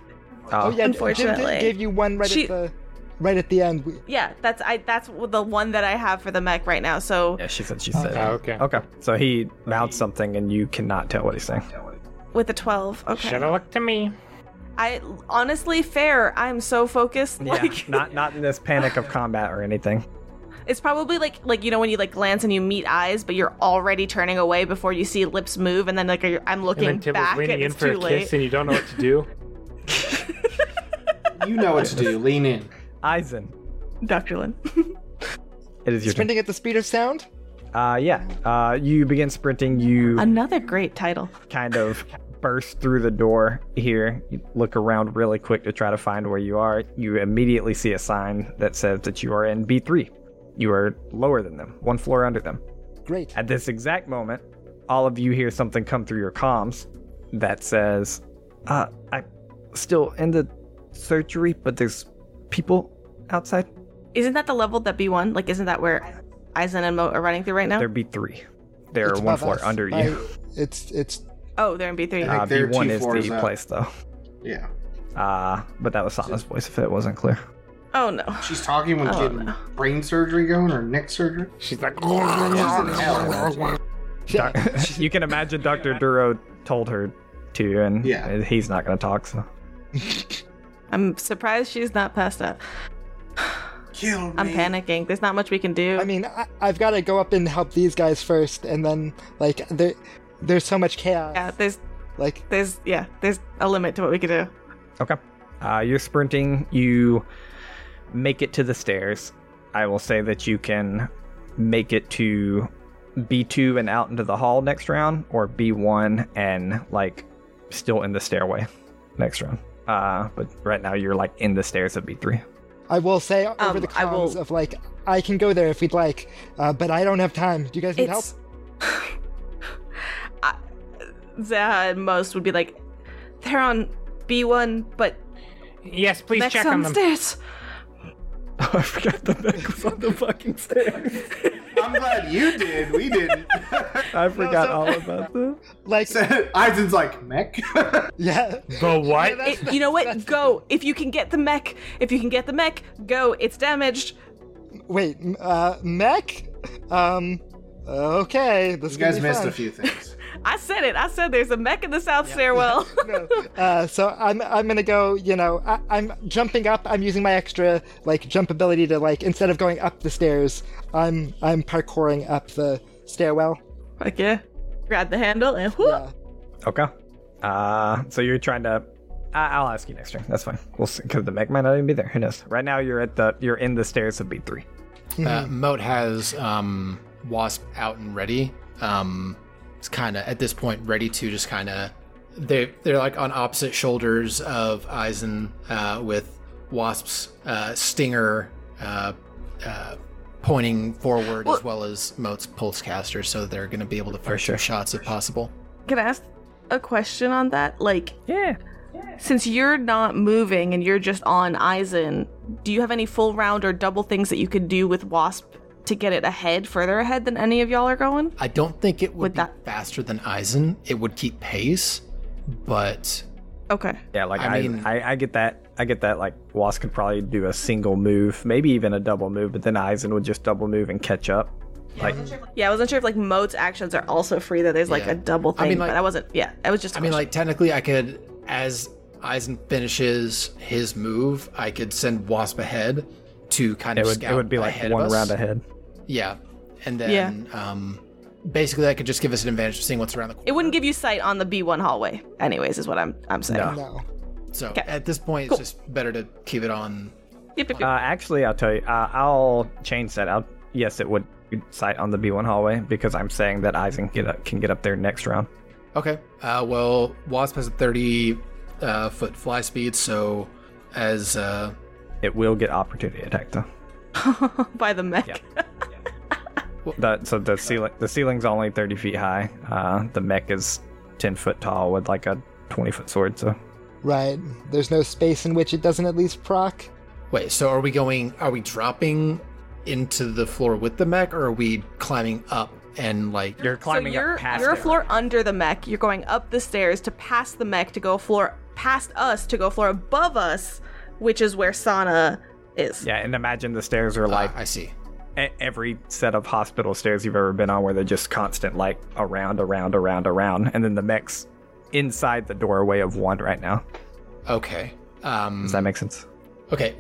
Speaker 3: Oh
Speaker 2: Uh,
Speaker 3: yeah, Jim
Speaker 1: Unfortunately.
Speaker 3: did, gave you one right
Speaker 1: She-
Speaker 3: at the right at the end. We,
Speaker 1: Yeah, that's I. That's the one that I have for the mech right now. So
Speaker 2: Yeah, she said she said.
Speaker 5: Oh, okay.
Speaker 2: Okay, so he mounts something and you cannot tell what he's saying.
Speaker 1: with a twelve, okay.
Speaker 5: Should have looked to me.
Speaker 1: I honestly, fair. I'm so focused. Like
Speaker 2: not not in this panic of combat or anything.
Speaker 1: It's probably like like you know when you like glance and you meet eyes, but you're already turning away before you see lips move, and then like you're, I'm
Speaker 5: And
Speaker 1: looking
Speaker 5: then Tibble's
Speaker 1: back and
Speaker 5: leaning in
Speaker 1: it's
Speaker 5: for
Speaker 1: too
Speaker 5: a
Speaker 1: late.
Speaker 5: kiss, and you don't know what to do.
Speaker 4: You know what to do. Lean in.
Speaker 2: Eisen,
Speaker 1: Doctor Lin.
Speaker 2: it is your turn.
Speaker 3: sprinting at the speed of sound.
Speaker 2: Uh, yeah, uh, you begin sprinting. You
Speaker 1: Another great title.
Speaker 2: kind of burst through the door here. You look around really quick to try to find where you are. You immediately see a sign that says that you are in B3. You are lower than them, one floor under them.
Speaker 3: Great.
Speaker 2: At this exact moment, all of you hear something come through your comms that says, uh, I'm still in the surgery, but there's people outside.
Speaker 1: Isn't that the level that B1? Like, isn't that where Aizen and Mo are running through right now?
Speaker 2: They're B3. They're
Speaker 3: It's
Speaker 2: one
Speaker 3: above
Speaker 2: floor
Speaker 3: us
Speaker 2: under
Speaker 3: by-
Speaker 2: you.
Speaker 3: It's it's
Speaker 1: oh, they're in B3.
Speaker 4: I
Speaker 2: Uh,
Speaker 4: think they're two
Speaker 2: B1 is
Speaker 4: floors
Speaker 2: the
Speaker 4: up.
Speaker 2: place, though.
Speaker 4: Yeah.
Speaker 2: Uh, but that was Sana's voice if it wasn't clear.
Speaker 1: oh no.
Speaker 4: She's talking when
Speaker 1: Oh,
Speaker 4: getting
Speaker 1: no.
Speaker 4: brain surgery going or neck surgery.
Speaker 5: She's like,
Speaker 2: you can imagine Dr. Duro told her to, and
Speaker 4: Yeah.
Speaker 2: he's not going to talk, so.
Speaker 1: I'm surprised she's not passed out.
Speaker 4: Kill me.
Speaker 1: I'm panicking. There's not much we can do.
Speaker 3: I mean, I, I've got to go up and help these guys first, and then like there, there's so much chaos.
Speaker 1: yeah, there's
Speaker 3: Like
Speaker 1: there's yeah, there's a limit to what we can do.
Speaker 2: Okay. Uh, you're sprinting. You make it to the stairs. I will say that you can make it to B2 and out into the hall next round, or B1 and like still in the stairway next round. Uh, but right now you're like in the stairs of B3.
Speaker 3: I will say over
Speaker 1: Um,
Speaker 3: the
Speaker 1: I will-
Speaker 3: comms of like I can go there if we'd like, uh, but I don't have time. Do you guys need help?
Speaker 1: it's I, Zaha and most would be like, they're on B1, but
Speaker 5: yes, please
Speaker 1: next
Speaker 5: check
Speaker 1: on
Speaker 5: on
Speaker 1: the
Speaker 5: them.
Speaker 1: stairs.
Speaker 2: I forgot the mech was on the fucking stairs.
Speaker 4: I'm glad you did. We didn't.
Speaker 2: I forgot all about that.
Speaker 3: Like
Speaker 4: Aizen's like, mech?
Speaker 3: yeah,
Speaker 5: The what?
Speaker 1: It- you know what? Go if you can get the mech. If you can get the mech, go. It's damaged.
Speaker 3: wait, m- uh, mech. Um, okay, this
Speaker 4: you guys missed a few things.
Speaker 1: I said it. I said there's a mech in the south stairwell.
Speaker 3: Uh, so I'm I'm gonna go. You know, I, I'm jumping up. I'm using my extra like jump ability to like instead of going up the stairs, I'm I'm parkouring up the stairwell.
Speaker 1: Fuck yeah! Grab the handle and whoop.
Speaker 3: Yeah.
Speaker 2: Okay. Uh, so you're trying to. I- I'll ask you next turn. That's fine. We'll see because the mech might not even be there. Who knows? Right now you're at the you're in the stairs of B three.
Speaker 6: Uh, Moat has um, Wasp out and ready. Um, it's kind of at this point ready to just kind of they they're like on opposite shoulders of Eisen uh, with Wasp's uh, stinger uh, uh, pointing forward as well as Moat's pulsecaster, so they're going to be able to fire
Speaker 2: sure.
Speaker 6: two shots if possible.
Speaker 1: Can I ask a question on that? Like,
Speaker 2: Yeah.
Speaker 1: since you're not moving and you're just on Aizen, do you have any full round or double things that you could do with Wasp to get it ahead, further ahead than any of y'all are going?
Speaker 6: I don't think it would,
Speaker 1: Would
Speaker 6: be
Speaker 1: that-
Speaker 6: faster than Eisen. It would keep pace, but
Speaker 1: Okay.
Speaker 2: Yeah. Like I,
Speaker 6: I
Speaker 2: I,
Speaker 6: mean-
Speaker 2: I, get that. I get that. Like Wasp could probably do a single move, maybe even a double move, but then Eisen would just double move and catch up. Like
Speaker 1: Yeah, I wasn't sure if like Moat's actions are also free that there's like
Speaker 6: Yeah.
Speaker 1: a double
Speaker 6: I
Speaker 1: thing,
Speaker 6: mean, like-
Speaker 1: but I wasn't. Yeah, I was just. a
Speaker 6: I mean,
Speaker 1: question.
Speaker 6: like technically, I could, as Aizen finishes his move, I could send Wasp ahead to kind
Speaker 2: It
Speaker 6: of
Speaker 2: would, it
Speaker 6: scout
Speaker 2: would be like
Speaker 6: ahead of
Speaker 2: one
Speaker 6: us.
Speaker 2: round ahead.
Speaker 6: Yeah, and then um, basically that could just give us an advantage of seeing what's around the corner.
Speaker 1: It wouldn't give you sight on the B1 hallway, anyways, is what I'm I'm saying.
Speaker 2: No.
Speaker 3: No.
Speaker 6: So at this point,
Speaker 1: Cool.
Speaker 6: it's just better to keep it on.
Speaker 1: Yep, yep,
Speaker 2: Uh,
Speaker 1: yep.
Speaker 2: actually, I'll tell you. Uh, I'll change that. I'll, yes, it would sight on the B1 hallway because I'm saying that Aizen get up, can get up there next round.
Speaker 6: Okay. Uh, well, Wasp has a thirty uh, foot fly speed, so as uh,
Speaker 2: It will get opportunity attack though. Uh,
Speaker 1: By the mech.
Speaker 2: The, so the ceiling the ceiling's only 30 feet high. Uh, the mech is 10 foot tall with like a 20 foot sword. So
Speaker 3: Right. There's no space in which it doesn't at least proc.
Speaker 6: wait, so are we going? Are we dropping into the floor with the mech, or are we climbing up and like?
Speaker 2: you're climbing
Speaker 1: so you're,
Speaker 2: up past
Speaker 1: you're a
Speaker 2: it.
Speaker 1: floor under the mech. You're going up the stairs to pass the mech to go floor past us to go floor above us, which is where Sana is.
Speaker 2: Yeah, and imagine the stairs are like
Speaker 6: Ah, I see.
Speaker 2: e- every set of hospital stairs you've ever been on, where they're just constant like around, around, around, around, and then the mech's inside the doorway of one right now.
Speaker 6: Okay. Um,
Speaker 2: Does that make sense?
Speaker 6: Okay,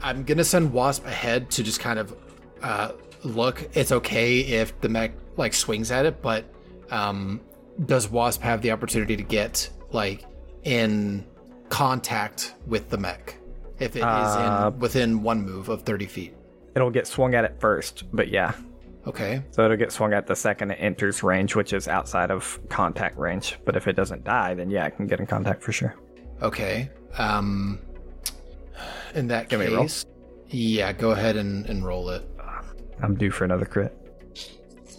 Speaker 6: I'm gonna send Wasp ahead to just kind of uh, look. It's okay if the mech like swings at it, but um, does Wasp have the opportunity to get like in contact with the mech if it is
Speaker 2: Uh,
Speaker 6: in within one move of 30 feet?
Speaker 2: It'll get swung at it first, but yeah.
Speaker 6: Okay,
Speaker 2: So it'll get swung at the second it enters range, which is outside of contact range. But if it doesn't die, then yeah, it can get in contact for sure.
Speaker 6: okay. Um, in that
Speaker 2: Give me a roll.
Speaker 6: case, yeah, go ahead and, and roll it.
Speaker 2: I'm due for another crit.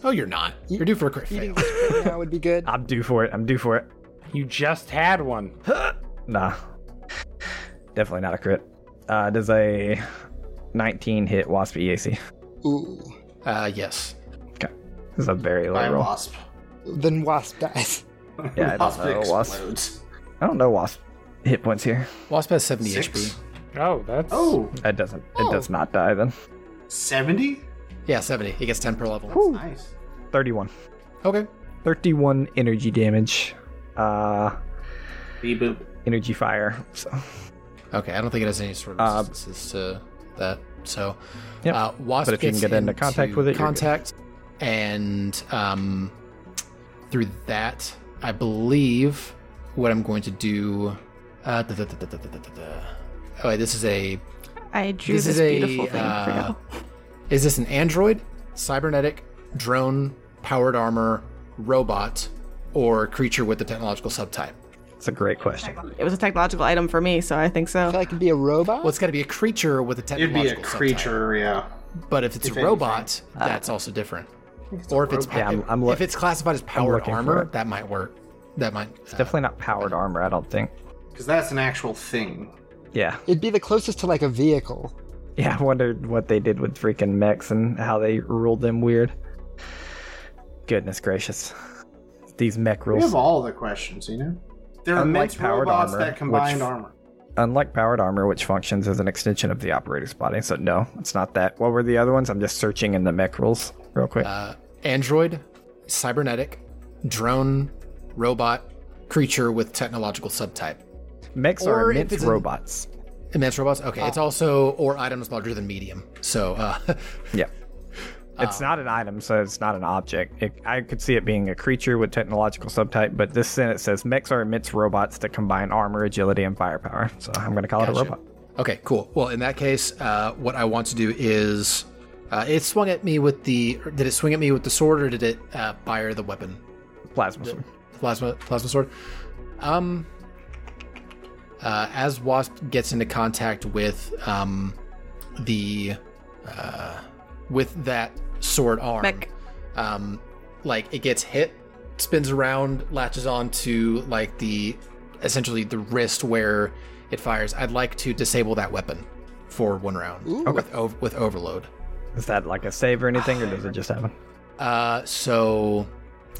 Speaker 6: Oh, you're not. You're due for a crit
Speaker 3: Eating
Speaker 6: fail.
Speaker 3: this right now would be good.
Speaker 2: I'm due for it. I'm due for it.
Speaker 5: You just had one.
Speaker 2: Nah. Definitely not a crit. Uh, does a 19 hit Wasp E EAC?
Speaker 3: Ooh.
Speaker 6: Uh, yes.
Speaker 2: This is a very
Speaker 4: by
Speaker 2: low
Speaker 4: a
Speaker 2: roll.
Speaker 4: wasp.
Speaker 3: Then Wasp dies.
Speaker 2: Yeah, I don't
Speaker 4: wasp
Speaker 2: know, wasp.
Speaker 4: explodes.
Speaker 2: I don't know Wasp hit points here.
Speaker 6: Wasp has 70
Speaker 4: Six.
Speaker 6: HP.
Speaker 5: Oh, that's
Speaker 4: Oh,
Speaker 2: It doesn't. It does not die then.
Speaker 4: 70?
Speaker 6: Yeah, 70. He gets 10 per level.
Speaker 4: Nice.
Speaker 2: 31.
Speaker 6: Okay.
Speaker 2: 31 energy damage. Uh,
Speaker 4: Reboot.
Speaker 2: energy fire. So
Speaker 6: Okay, I don't think it has any sort
Speaker 2: Uh,
Speaker 6: of resistances to that. So,
Speaker 2: Yep.
Speaker 6: uh, Wasp
Speaker 2: But if you
Speaker 6: gets
Speaker 2: can get into contact with it, you're good.
Speaker 6: contact, and um, through that, I believe what I'm going to do. Uh, da, da, da, da, da, da, da, da, da. Oh, wait, this is a
Speaker 1: I drew
Speaker 6: this
Speaker 1: this,
Speaker 6: is a,
Speaker 1: beautiful thing for
Speaker 6: uh,
Speaker 1: you.
Speaker 6: Is this an android, cybernetic, drone, powered armor, robot, or creature with the technological subtype?
Speaker 2: it's a great question.
Speaker 1: It was a technological item for me, so I think
Speaker 3: I
Speaker 1: so.
Speaker 3: feel like it'd be a robot.
Speaker 6: Well, it's got to be a creature with a
Speaker 4: It'd
Speaker 6: technological
Speaker 4: be a
Speaker 6: subtype.
Speaker 4: creature, yeah.
Speaker 6: But if it's
Speaker 4: If
Speaker 6: a robot, that's also different. Or if it's
Speaker 2: Yeah, I'm- I'm
Speaker 6: if,
Speaker 2: look-
Speaker 6: it's classified as powered
Speaker 2: looking for
Speaker 6: armor,
Speaker 2: it.
Speaker 6: that might work. That might. uh,
Speaker 2: Definitely not powered armor, I don't think.
Speaker 4: Because that's an actual thing.
Speaker 2: Yeah.
Speaker 3: It'd be the closest to like a vehicle.
Speaker 2: Yeah, I wondered what they did with freaking mechs and how they ruled them weird. Goodness gracious. These mech
Speaker 4: We have
Speaker 2: rules.
Speaker 4: all the questions, you know? There are
Speaker 2: Unlike
Speaker 4: mech
Speaker 2: powered
Speaker 4: robots
Speaker 2: armor,
Speaker 4: that combine
Speaker 2: which-
Speaker 4: armor.
Speaker 2: Unlike powered armor, which functions as an extension of the operator's body, so no, it's not that. What were the other ones? I'm just searching in the mech rules real quick.
Speaker 6: uh, android, cybernetic, drone, robot, creature with technological subtype.
Speaker 2: Mechs are
Speaker 6: or if
Speaker 2: immense
Speaker 6: it's an-
Speaker 2: robots.
Speaker 6: Immense robots. Okay, it's also or items larger than medium. So uh,
Speaker 2: Yeah. It's
Speaker 6: Ah.
Speaker 2: not an item, so it's not an object. It, I could see it being a creature with technological subtype, but this sentence says mechs are immense robots that combine armor, agility, and firepower. So I'm going to call it a
Speaker 6: Gotcha.
Speaker 2: robot.
Speaker 6: Okay, cool. Well, in that case, uh, what I want to do is, uh, it swung at me with the. Did it swing at me with the sword, or did it uh, fire the weapon?
Speaker 2: Plasma sword.
Speaker 6: plasma plasma sword. Um, uh, as Wasp gets into contact with um, the uh, with that sword arm,
Speaker 1: Mech.
Speaker 6: um, like it gets hit, spins around, latches on to like the essentially the wrist where it fires. I'd like to disable that weapon for one round with ov- with overload.
Speaker 2: Is that like a save or anything, or does it just happen?
Speaker 6: Uh, so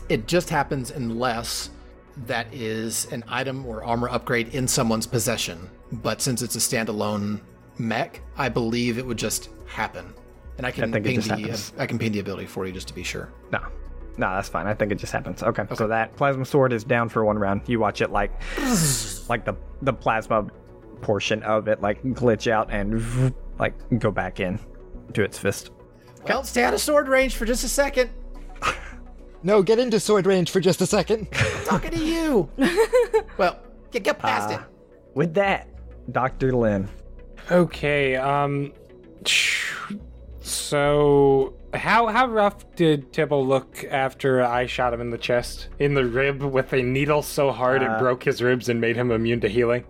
Speaker 6: it just happens unless that is an item or armor upgrade in someone's possession. But since it's a standalone mech, I believe it would just happen. And I can
Speaker 2: think it
Speaker 6: ping
Speaker 2: just
Speaker 6: the
Speaker 2: happens.
Speaker 6: I can ping the ability for you just to be sure.
Speaker 2: No. No, that's fine. I think it just happens. Okay, so that plasma sword is down for one round. You watch it like like the the plasma portion of it like glitch out and like go back in to its fist.
Speaker 6: Well, stay out of sword range for just a second.
Speaker 3: No, get into sword range for just a second.
Speaker 6: Talking to you. well, yeah, get past
Speaker 2: Uh,
Speaker 6: it.
Speaker 2: With that, Doctor Lin.
Speaker 5: Okay. Um. So how how rough did Tibble look after I shot him in the chest, in the rib with a needle so hard it broke his ribs and made him immune to healing?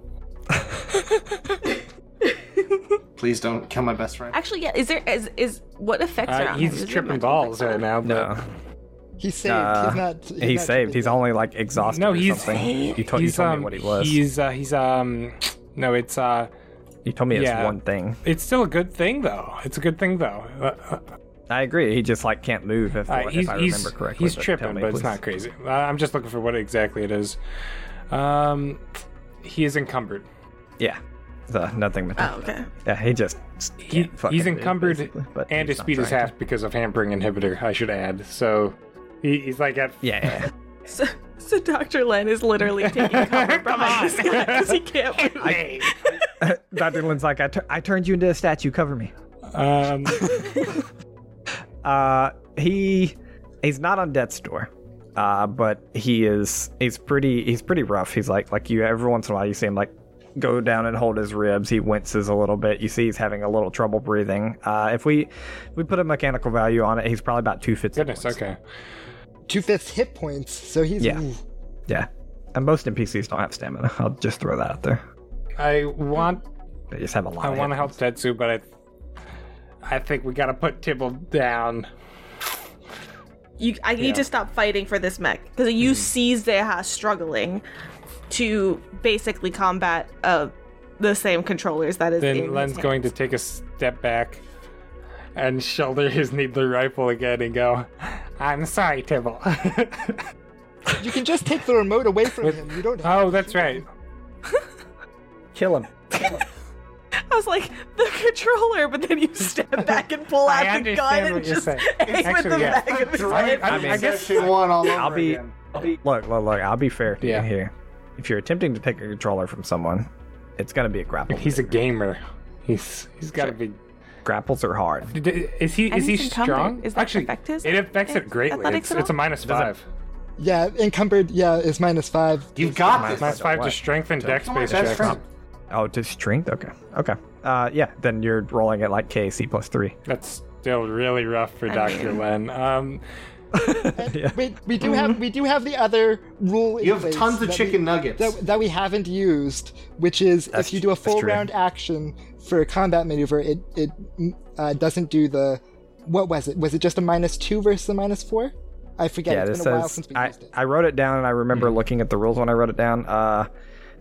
Speaker 4: Please don't kill my best friend.
Speaker 1: Actually, yeah. Is there is is what effects are
Speaker 5: Uh,
Speaker 1: on him? Is
Speaker 5: he's
Speaker 1: it
Speaker 5: tripping
Speaker 1: magic
Speaker 5: balls
Speaker 1: effects on
Speaker 5: right
Speaker 1: him?
Speaker 5: now. But
Speaker 2: No,
Speaker 3: He's saved.
Speaker 2: Uh,
Speaker 3: he's not. He's,
Speaker 2: he's
Speaker 3: not
Speaker 2: Uh, saved. He's
Speaker 3: tripping.
Speaker 2: only like exhausted.
Speaker 5: No,
Speaker 2: or
Speaker 5: he's
Speaker 2: something. You told, you
Speaker 5: he's,
Speaker 2: told
Speaker 5: um,
Speaker 2: me what he was.
Speaker 5: He's uh, he's um. No, it's uh.
Speaker 2: you told me it's
Speaker 5: yeah.
Speaker 2: one thing.
Speaker 5: It's still a good thing though. It's a good thing though. Uh,
Speaker 2: I agree. He just like can't move if,
Speaker 5: uh,
Speaker 2: if
Speaker 5: he's
Speaker 2: I remember
Speaker 5: he's,
Speaker 2: correctly.
Speaker 5: he's
Speaker 2: but
Speaker 5: tripping,
Speaker 2: tell me,
Speaker 5: but it's
Speaker 2: please.
Speaker 5: not crazy. Uh, I'm just looking for what exactly it is. Um, he is encumbered.
Speaker 2: Yeah, so, nothing. But
Speaker 1: Oh, okay.
Speaker 2: yeah, he just
Speaker 5: He,
Speaker 2: can't fucking
Speaker 5: he's
Speaker 2: move,
Speaker 5: encumbered,
Speaker 2: basically, but
Speaker 5: and
Speaker 2: he's
Speaker 5: his
Speaker 2: not
Speaker 5: speed
Speaker 2: trying
Speaker 5: is
Speaker 2: to.
Speaker 5: half because of hampering inhibitor. I should add. So he, he's like at
Speaker 2: Yeah, yeah.
Speaker 1: So, so Doctor Len is literally
Speaker 6: Oh
Speaker 1: taking cover behind this guy because he can't move.
Speaker 2: Doctor Lin's like, I, tur- I turned you into a statue. Cover me.
Speaker 5: um.
Speaker 2: Uh, he he's not on death's door. Uh, but he is he's pretty he's pretty rough. He's like like you every once in a while you see him like go down and hold his ribs. He winces a little bit. You see he's having a little trouble breathing. Uh, if we if we put a mechanical value on it, he's probably about two fifty.
Speaker 5: Goodness. Okay.
Speaker 3: two fifths hit points, so he's.
Speaker 2: Yeah.
Speaker 3: ooh.
Speaker 2: Yeah. And most NPCs don't have stamina. I'll just throw that out there.
Speaker 5: I want
Speaker 2: They just have a lot.
Speaker 5: I
Speaker 2: of
Speaker 5: want to
Speaker 2: hit.
Speaker 5: help Tetsu, but I, I think we gotta put Tibble down.
Speaker 1: You, I need to stop fighting for this mech because you
Speaker 5: Mm-hmm.
Speaker 1: see Zeha struggling to basically combat uh, the same controllers that is in
Speaker 5: Then
Speaker 1: his
Speaker 5: Len's
Speaker 1: hand.
Speaker 5: going to take a step back and shoulder his needler rifle again and go, I'm sorry, Tibble.
Speaker 3: You can just take the remote away from him. You don't.
Speaker 5: oh, that's right.
Speaker 2: kill him.
Speaker 1: I was like the controller, but then you step back and pull
Speaker 5: I
Speaker 1: out the
Speaker 5: understand
Speaker 1: gun and
Speaker 5: what you're
Speaker 1: just aim
Speaker 5: saying.
Speaker 1: at the
Speaker 5: Actually, yeah.
Speaker 1: back of his
Speaker 4: Right?
Speaker 1: head.
Speaker 5: I-
Speaker 4: I,
Speaker 5: I guess-
Speaker 4: guess one all over
Speaker 2: I'll be-
Speaker 4: again.
Speaker 2: Look, look, look. I'll be fair to
Speaker 5: Yeah.
Speaker 2: you here. If you're attempting to take a controller from someone, it's gonna be a grapple.
Speaker 5: He's a gamer. He's he's gotta be.
Speaker 2: Grapples are hard.
Speaker 5: D- Is he
Speaker 1: And
Speaker 5: is he
Speaker 1: he's encumbered.
Speaker 5: strong?
Speaker 1: Does that
Speaker 5: Actually,
Speaker 1: affect his
Speaker 5: it affects it
Speaker 1: ath-
Speaker 5: greatly.
Speaker 1: athletics
Speaker 5: It's,
Speaker 1: at
Speaker 5: it's a
Speaker 1: all?
Speaker 5: minus five.
Speaker 3: Yeah, encumbered. Yeah, is minus five.
Speaker 4: You've got this.
Speaker 5: Minus five to
Speaker 2: what?
Speaker 5: strength and dex
Speaker 4: Come on,
Speaker 5: based
Speaker 4: best
Speaker 5: checks.
Speaker 4: friend.
Speaker 2: Oh, to strength. Okay. Okay. Uh, yeah. Then you're rolling it like KC plus three.
Speaker 5: That's still really rough for Doctor
Speaker 1: mean-
Speaker 5: Len. Um,
Speaker 3: We, we do have we do have the other rule. In
Speaker 4: You have
Speaker 3: place
Speaker 4: tons of
Speaker 3: that
Speaker 4: chicken
Speaker 3: we,
Speaker 4: nuggets.
Speaker 3: that, that we haven't used, which is
Speaker 2: That's-
Speaker 3: if you do a
Speaker 2: that's
Speaker 3: full
Speaker 2: true.
Speaker 3: round action for a combat maneuver, it it mm, uh, doesn't do the what was it? Was it just a minus two versus a minus four? I forget.
Speaker 2: Yeah.
Speaker 3: it's
Speaker 2: This
Speaker 3: been a while
Speaker 2: says
Speaker 3: since we
Speaker 2: I,
Speaker 3: used it. Mm-hmm.
Speaker 2: I wrote it down and I remember looking at the rules when I wrote it down. Uh,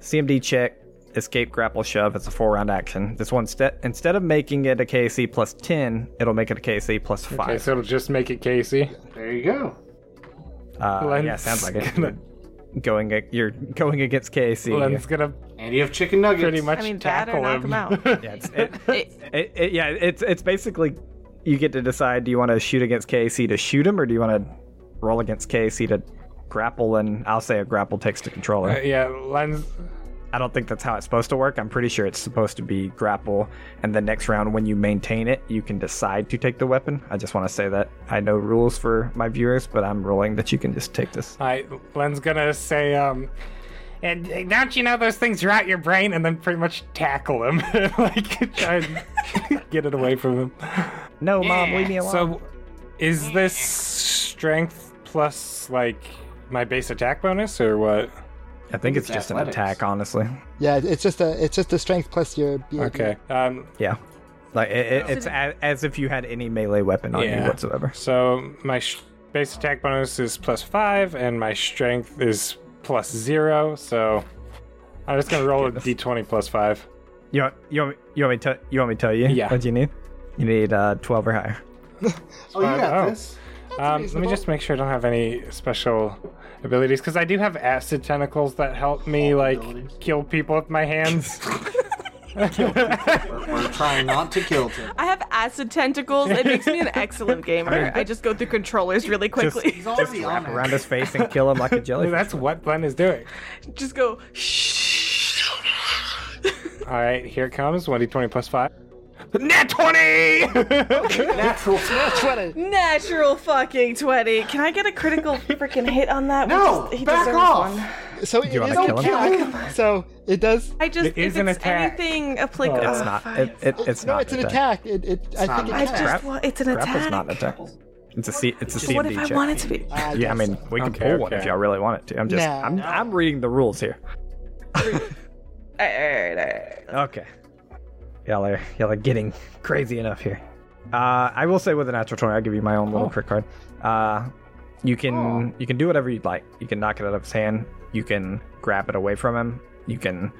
Speaker 2: CMD check, escape, grapple, shove. It's a four round action. This one ste- instead of making it a KC plus ten, it'll make it a KC plus five.
Speaker 5: okay, so it'll just make it Casey.
Speaker 4: There you go.
Speaker 2: uh, yeah, sounds like it. Going, a- you're going against KC.
Speaker 5: Len's gonna
Speaker 4: And you have chicken nuggets.
Speaker 5: pretty much
Speaker 1: I mean, that or
Speaker 5: tackle
Speaker 1: knock
Speaker 5: him.
Speaker 1: him out.
Speaker 2: Yeah, it's, it,
Speaker 1: It-
Speaker 2: it, it, yeah, it's it's basically you get to decide do you want to shoot against KC to shoot him or do you want to roll against KC to grapple and I'll say a grapple takes the controller.
Speaker 5: Uh, yeah, Len's.
Speaker 2: I don't think that's how it's supposed to work. I'm pretty sure it's supposed to be grapple and the next round when you maintain it, you can decide to take the weapon. I just want to say that I know rules for my viewers, but I'm rolling that you can just take this.
Speaker 5: I Len's gonna say, um, and and don't you know those things rot your brain, and then pretty much tackle him, like try and get it away from him.
Speaker 2: No, mom, leave me alone.
Speaker 5: So, is this strength plus like my base attack bonus or what?
Speaker 2: I think it's,
Speaker 4: it's
Speaker 2: just
Speaker 4: athletics.
Speaker 2: an attack, honestly.
Speaker 3: Yeah, it's just a it's just a strength plus your BAB.
Speaker 5: Okay. Um.
Speaker 2: Yeah. Like it, it, it's a, as if you had any melee weapon on
Speaker 5: Yeah.
Speaker 2: you whatsoever.
Speaker 5: So my sh- base attack bonus is plus five, and my strength is plus zero. So I'm just gonna roll a d20 plus five.
Speaker 2: You want, you want, me- you want me to you want me to tell you
Speaker 5: Yeah.
Speaker 2: what you need? You need uh, twelve or higher.
Speaker 4: Oh, you got
Speaker 5: Oh.
Speaker 4: this.
Speaker 5: Um, let me just make sure I don't have any special abilities because I do have acid tentacles that help me like
Speaker 4: abilities.
Speaker 5: kill people with my hands.
Speaker 4: We're, we're trying not to kill him.
Speaker 1: I have acid tentacles. It makes me an excellent gamer. I, just go through controllers really quickly.
Speaker 4: He's already on
Speaker 2: Around
Speaker 4: it.
Speaker 2: his face and kill him like a jellyfish.
Speaker 5: That's what Glenn is doing.
Speaker 1: Just, go shh.
Speaker 5: All right, here it comes. 1d20 plus 5. Nat 20!
Speaker 4: Natural.
Speaker 3: Twenty.
Speaker 1: Natural fucking 20. Can I get a critical freaking hit on that?
Speaker 4: No,
Speaker 1: Just- he
Speaker 4: back
Speaker 1: deserves
Speaker 4: off.
Speaker 1: one.
Speaker 3: So it
Speaker 2: wanna
Speaker 3: is
Speaker 2: kill
Speaker 3: a
Speaker 2: him?
Speaker 3: attack. So it does.
Speaker 1: I just,
Speaker 5: It is
Speaker 1: if
Speaker 5: an
Speaker 1: it's
Speaker 5: attack.
Speaker 1: anything applicable.
Speaker 5: Well,
Speaker 2: It's
Speaker 1: Ah,
Speaker 2: not.
Speaker 1: fine.
Speaker 2: It, it, it's
Speaker 3: No,
Speaker 2: not.
Speaker 3: it's an attack. It, it, I
Speaker 4: not
Speaker 3: think
Speaker 4: an
Speaker 1: I
Speaker 3: it
Speaker 1: just
Speaker 3: counts.
Speaker 1: want, it's an
Speaker 2: Crap is
Speaker 1: attack.
Speaker 2: not an attack. It's a C. It's a
Speaker 1: Just what if
Speaker 2: CMD
Speaker 1: I
Speaker 2: check.
Speaker 1: wanted to be?
Speaker 3: I
Speaker 2: yeah, I
Speaker 3: guess
Speaker 2: mean, we can
Speaker 5: Okay,
Speaker 2: pull one if
Speaker 5: okay.
Speaker 2: y'all really want it to. I'm just,
Speaker 3: No.
Speaker 2: I'm, I'm reading the rules here.
Speaker 1: Alright, alright.
Speaker 2: Okay. Y'all are, y'all are getting crazy enough here. Uh, I will say with a natural twenty, I'll give you my own little trick card. Uh, you can you can do whatever you'd like. You can knock it out of his hand. You can grab it away from him. You can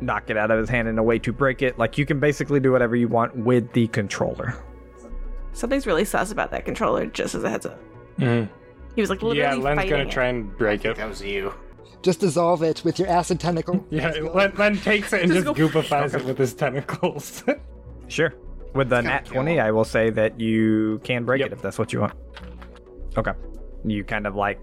Speaker 2: knock it out of his hand in a way to break it. Like you can basically do whatever you want with the controller.
Speaker 1: Something's really sus about that controller, just as a heads up. He was like literally
Speaker 5: Mm-hmm. yeah, Len's
Speaker 1: fighting
Speaker 5: gonna
Speaker 1: it.
Speaker 5: try and break it.
Speaker 4: That was you.
Speaker 3: Just dissolve it with your acid tentacle.
Speaker 5: Yeah, Len, Len takes it and
Speaker 1: Just
Speaker 5: just,
Speaker 1: go-
Speaker 5: goofifies it with his tentacles.
Speaker 2: Sure. With the nat
Speaker 4: kill
Speaker 2: twenty, I will say that you can break
Speaker 5: Yep.
Speaker 2: it if that's what you want. Okay. You kind of like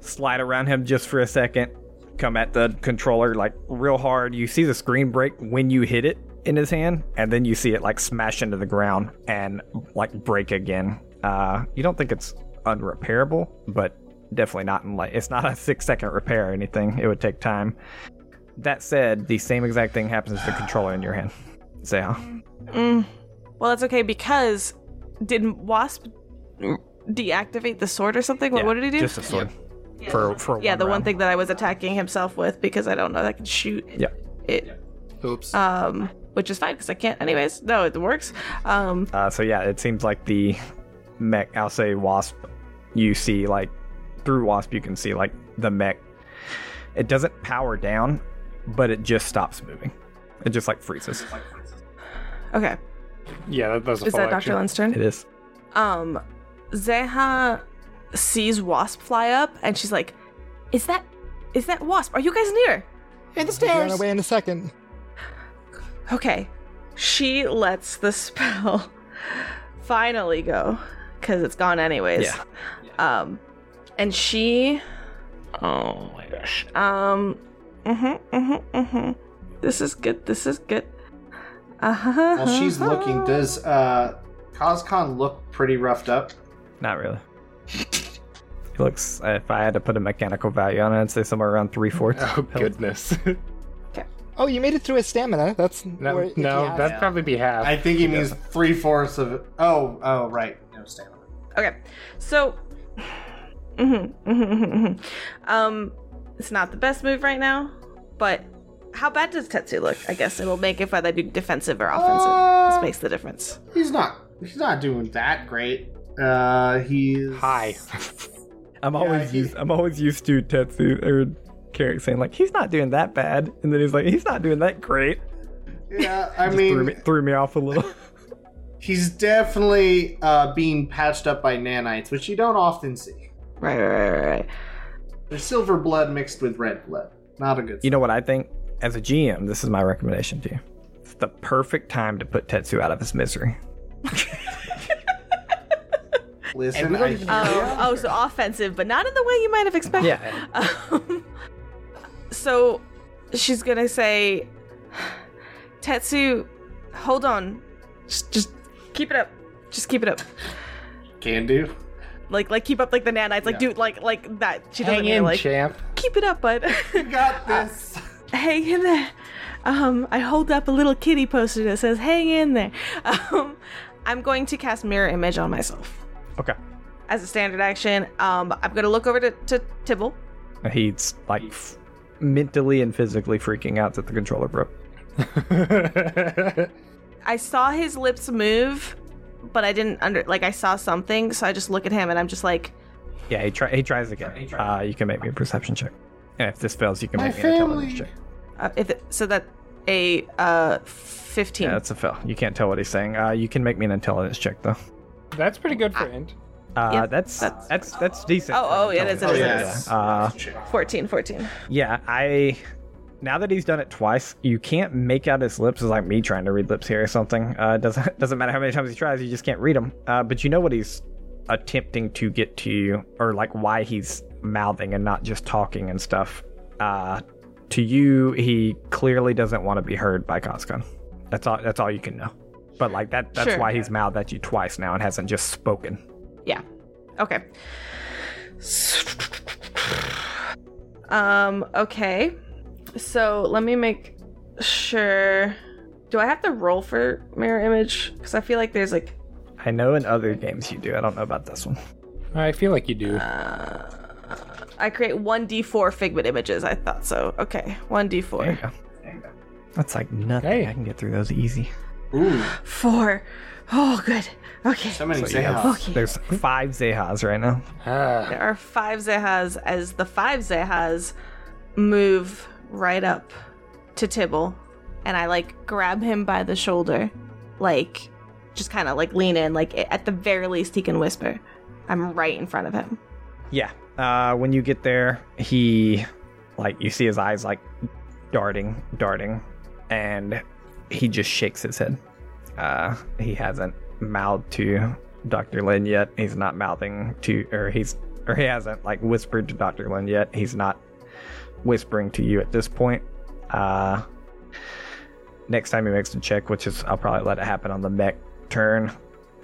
Speaker 2: slide around him just for a second, come at the controller like real hard. You see the screen break when you hit it in his hand, and then you see it like smash into the ground and like break again. Uh, you don't think it's unrepairable, but definitely not in like it's not a six second repair or anything. It would take time. That said, the same exact thing happens to the controller in your hand. So.
Speaker 1: Well, that's okay because didn't Wasp deactivate the sword or something? What,
Speaker 2: Yeah,
Speaker 1: what did he do?
Speaker 2: Just a sword. For for
Speaker 1: yeah,
Speaker 2: one
Speaker 1: the one
Speaker 2: round.
Speaker 1: thing that I was attacking himself with because I don't know that I can shoot
Speaker 2: Yeah.
Speaker 1: it,
Speaker 2: uh,
Speaker 6: Oops.
Speaker 1: um, which is fine because I can't. Anyways, no, it works. Um,
Speaker 2: Uh, so yeah, it seems like the mech. I'll say wasp. You see like through wasp, you can see like the mech. It doesn't power down, but it just stops moving. It just like freezes.
Speaker 1: okay,
Speaker 5: yeah, that, that was a
Speaker 1: is
Speaker 5: full
Speaker 1: that
Speaker 5: action.
Speaker 1: Dr. Len's turn?
Speaker 2: It is.
Speaker 1: um Zeha sees Wasp fly up and she's like, Is that is that Wasp? Are you guys near?
Speaker 6: and
Speaker 3: You're on
Speaker 6: the stairs.
Speaker 3: our way in a second.
Speaker 1: Okay. She lets the spell finally go. Cause it's gone anyways.
Speaker 2: Yeah.
Speaker 1: Um and she Oh my gosh. Um Mm-hmm, mm-hmm, mm-hmm. This is good, this is good. Uh-huh.
Speaker 4: While she's looking, does uh, Coscon look pretty roughed up?
Speaker 2: Not really. It looks. If I had to put a mechanical value on it, I'd say somewhere around three fourths.
Speaker 5: Oh, goodness.
Speaker 3: Oh, you made it through his stamina. That's
Speaker 5: no,
Speaker 3: or if you
Speaker 5: no
Speaker 3: have-
Speaker 5: that'd probably be half.
Speaker 4: I think he means three fourths of. Oh, oh, right. No stamina.
Speaker 1: Okay, so. Mhm, mhm, mhm, mhm. um, it's not the best move right now, but how bad does Tetsu look? I guess it'll make if whether I do defensive or offensive.
Speaker 4: Uh,
Speaker 1: this makes the difference.
Speaker 4: He's not. He's not doing that great. Uh, he's
Speaker 5: Hi.
Speaker 2: I'm always
Speaker 4: he-
Speaker 2: used. I'm always used to Tetsu or Carrick saying like he's not doing that bad, and then he's like he's not doing that great.
Speaker 4: Yeah, I
Speaker 2: threw, me,
Speaker 4: mean,
Speaker 2: threw me off a little.
Speaker 4: he's definitely uh, being patched up by nanites, which you don't often see.
Speaker 1: Right, right, right, right, right.
Speaker 4: There's silver blood mixed with red blood. Not a good.
Speaker 2: You know what I think? As a GM, this is my recommendation to you. It's the perfect time to put Tetsu out of his misery.
Speaker 4: Listen, I hear
Speaker 1: Oh, oh, so offensive, but not in the way you might have expected.
Speaker 2: Yeah.
Speaker 1: Um, so she's gonna say, Tetsu, hold on, just, just keep it up, just keep it up.
Speaker 4: can do.
Speaker 1: like like keep up like the nanites like
Speaker 4: Yeah.
Speaker 1: dude like like that she doesn't
Speaker 5: Hang
Speaker 1: mean
Speaker 5: in,
Speaker 1: like
Speaker 5: champ.
Speaker 1: keep it up bud
Speaker 4: Got this.
Speaker 1: hang in there um i hold up a little kitty poster that says hang in there um i'm going to cast mirror image on myself
Speaker 2: Okay.
Speaker 1: as a standard action um i'm going to look over to, to tibble
Speaker 2: He's like f- mentally and physically freaking out that the controller broke.
Speaker 1: i saw his lips move but i didn't under like i saw something so i just look at him and i'm just like
Speaker 2: Yeah, he, try- he tries again. Uh, you can make me a perception check. And if this fails, you can
Speaker 4: My
Speaker 2: make me an intelligence
Speaker 4: family.
Speaker 2: check.
Speaker 1: uh, if it, so that a uh 15
Speaker 2: Yeah, that's a fail. You can't tell what he's saying. Uh, you can make me an intelligence check, though.
Speaker 5: That's pretty good for end.
Speaker 2: Uh,
Speaker 1: Yeah,
Speaker 2: that's,
Speaker 1: that's-
Speaker 2: that's that's decent.
Speaker 1: Oh,
Speaker 2: for an
Speaker 1: oh, yeah, it is, it
Speaker 2: intelligence
Speaker 1: is,
Speaker 4: it
Speaker 2: check.
Speaker 4: is.
Speaker 2: Yeah. Uh,
Speaker 1: 14 14
Speaker 2: Yeah, I. Now that he's done it twice, you can't make out his lips. It's like me trying to read lips here or something. Uh, it doesn't doesn't matter how many times he tries, you just can't read them. Uh, but you know what he's attempting to get to you, or like why he's mouthing and not just talking and stuff. Uh, to you, he clearly doesn't want to be heard by Koskon. That's all. That's all you can know. But like that—that's
Speaker 1: Sure.
Speaker 2: why he's mouthed at you twice now and hasn't just spoken.
Speaker 1: Yeah. Okay. Um, okay. So let me make sure. Do I have to roll for mirror image? Because I feel like there's like
Speaker 2: I know in other games you do. I don't know about this one.
Speaker 5: I feel like you do.
Speaker 1: Uh, I create one D four figment images. I thought so. Okay, one D
Speaker 2: There you
Speaker 1: four.
Speaker 2: go. That's like nothing.
Speaker 5: Hey.
Speaker 2: I can get through those easy.
Speaker 4: Ooh,
Speaker 1: Four. Oh, good. Okay.
Speaker 4: so many
Speaker 2: So you have-
Speaker 4: Zehas.
Speaker 1: Okay.
Speaker 2: There's five Zehas right now.
Speaker 5: Ah,
Speaker 1: There are five Zehas as the five Zehas move right up to Tibble. And I like grab him by the shoulder, like just kind of like lean in, like at the very least he can whisper. I'm right in front of him.
Speaker 2: Yeah. Uh, when you get there, he, like, you see his eyes like darting, darting, and he just shakes his head. Uh, he hasn't mouthed to Dr. Lin yet. He's not mouthing to, or he's, or he hasn't like whispered to Dr. Lin yet. He's not whispering to you at this point. Uh, next time he makes a check, which is I'll probably let it happen on the mech turn,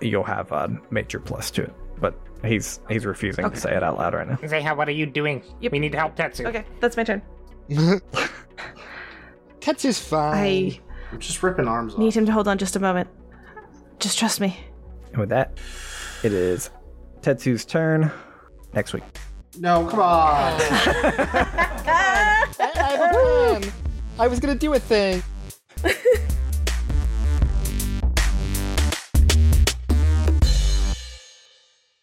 Speaker 2: you'll have a major plus to it. But he's he's refusing to say it out loud right now.
Speaker 5: Zeha, what are you doing?
Speaker 1: Yep.
Speaker 5: We need help, Tetsu.
Speaker 1: Okay, that's my turn.
Speaker 3: Tetsu's fine.
Speaker 1: I
Speaker 4: I'm just ripping arms off.
Speaker 1: need him to hold on just a moment. Just trust me.
Speaker 2: And with that, it is Tetsu's turn next week.
Speaker 4: No, come
Speaker 3: I,
Speaker 4: on.
Speaker 3: I have a plan. I was gonna do a thing.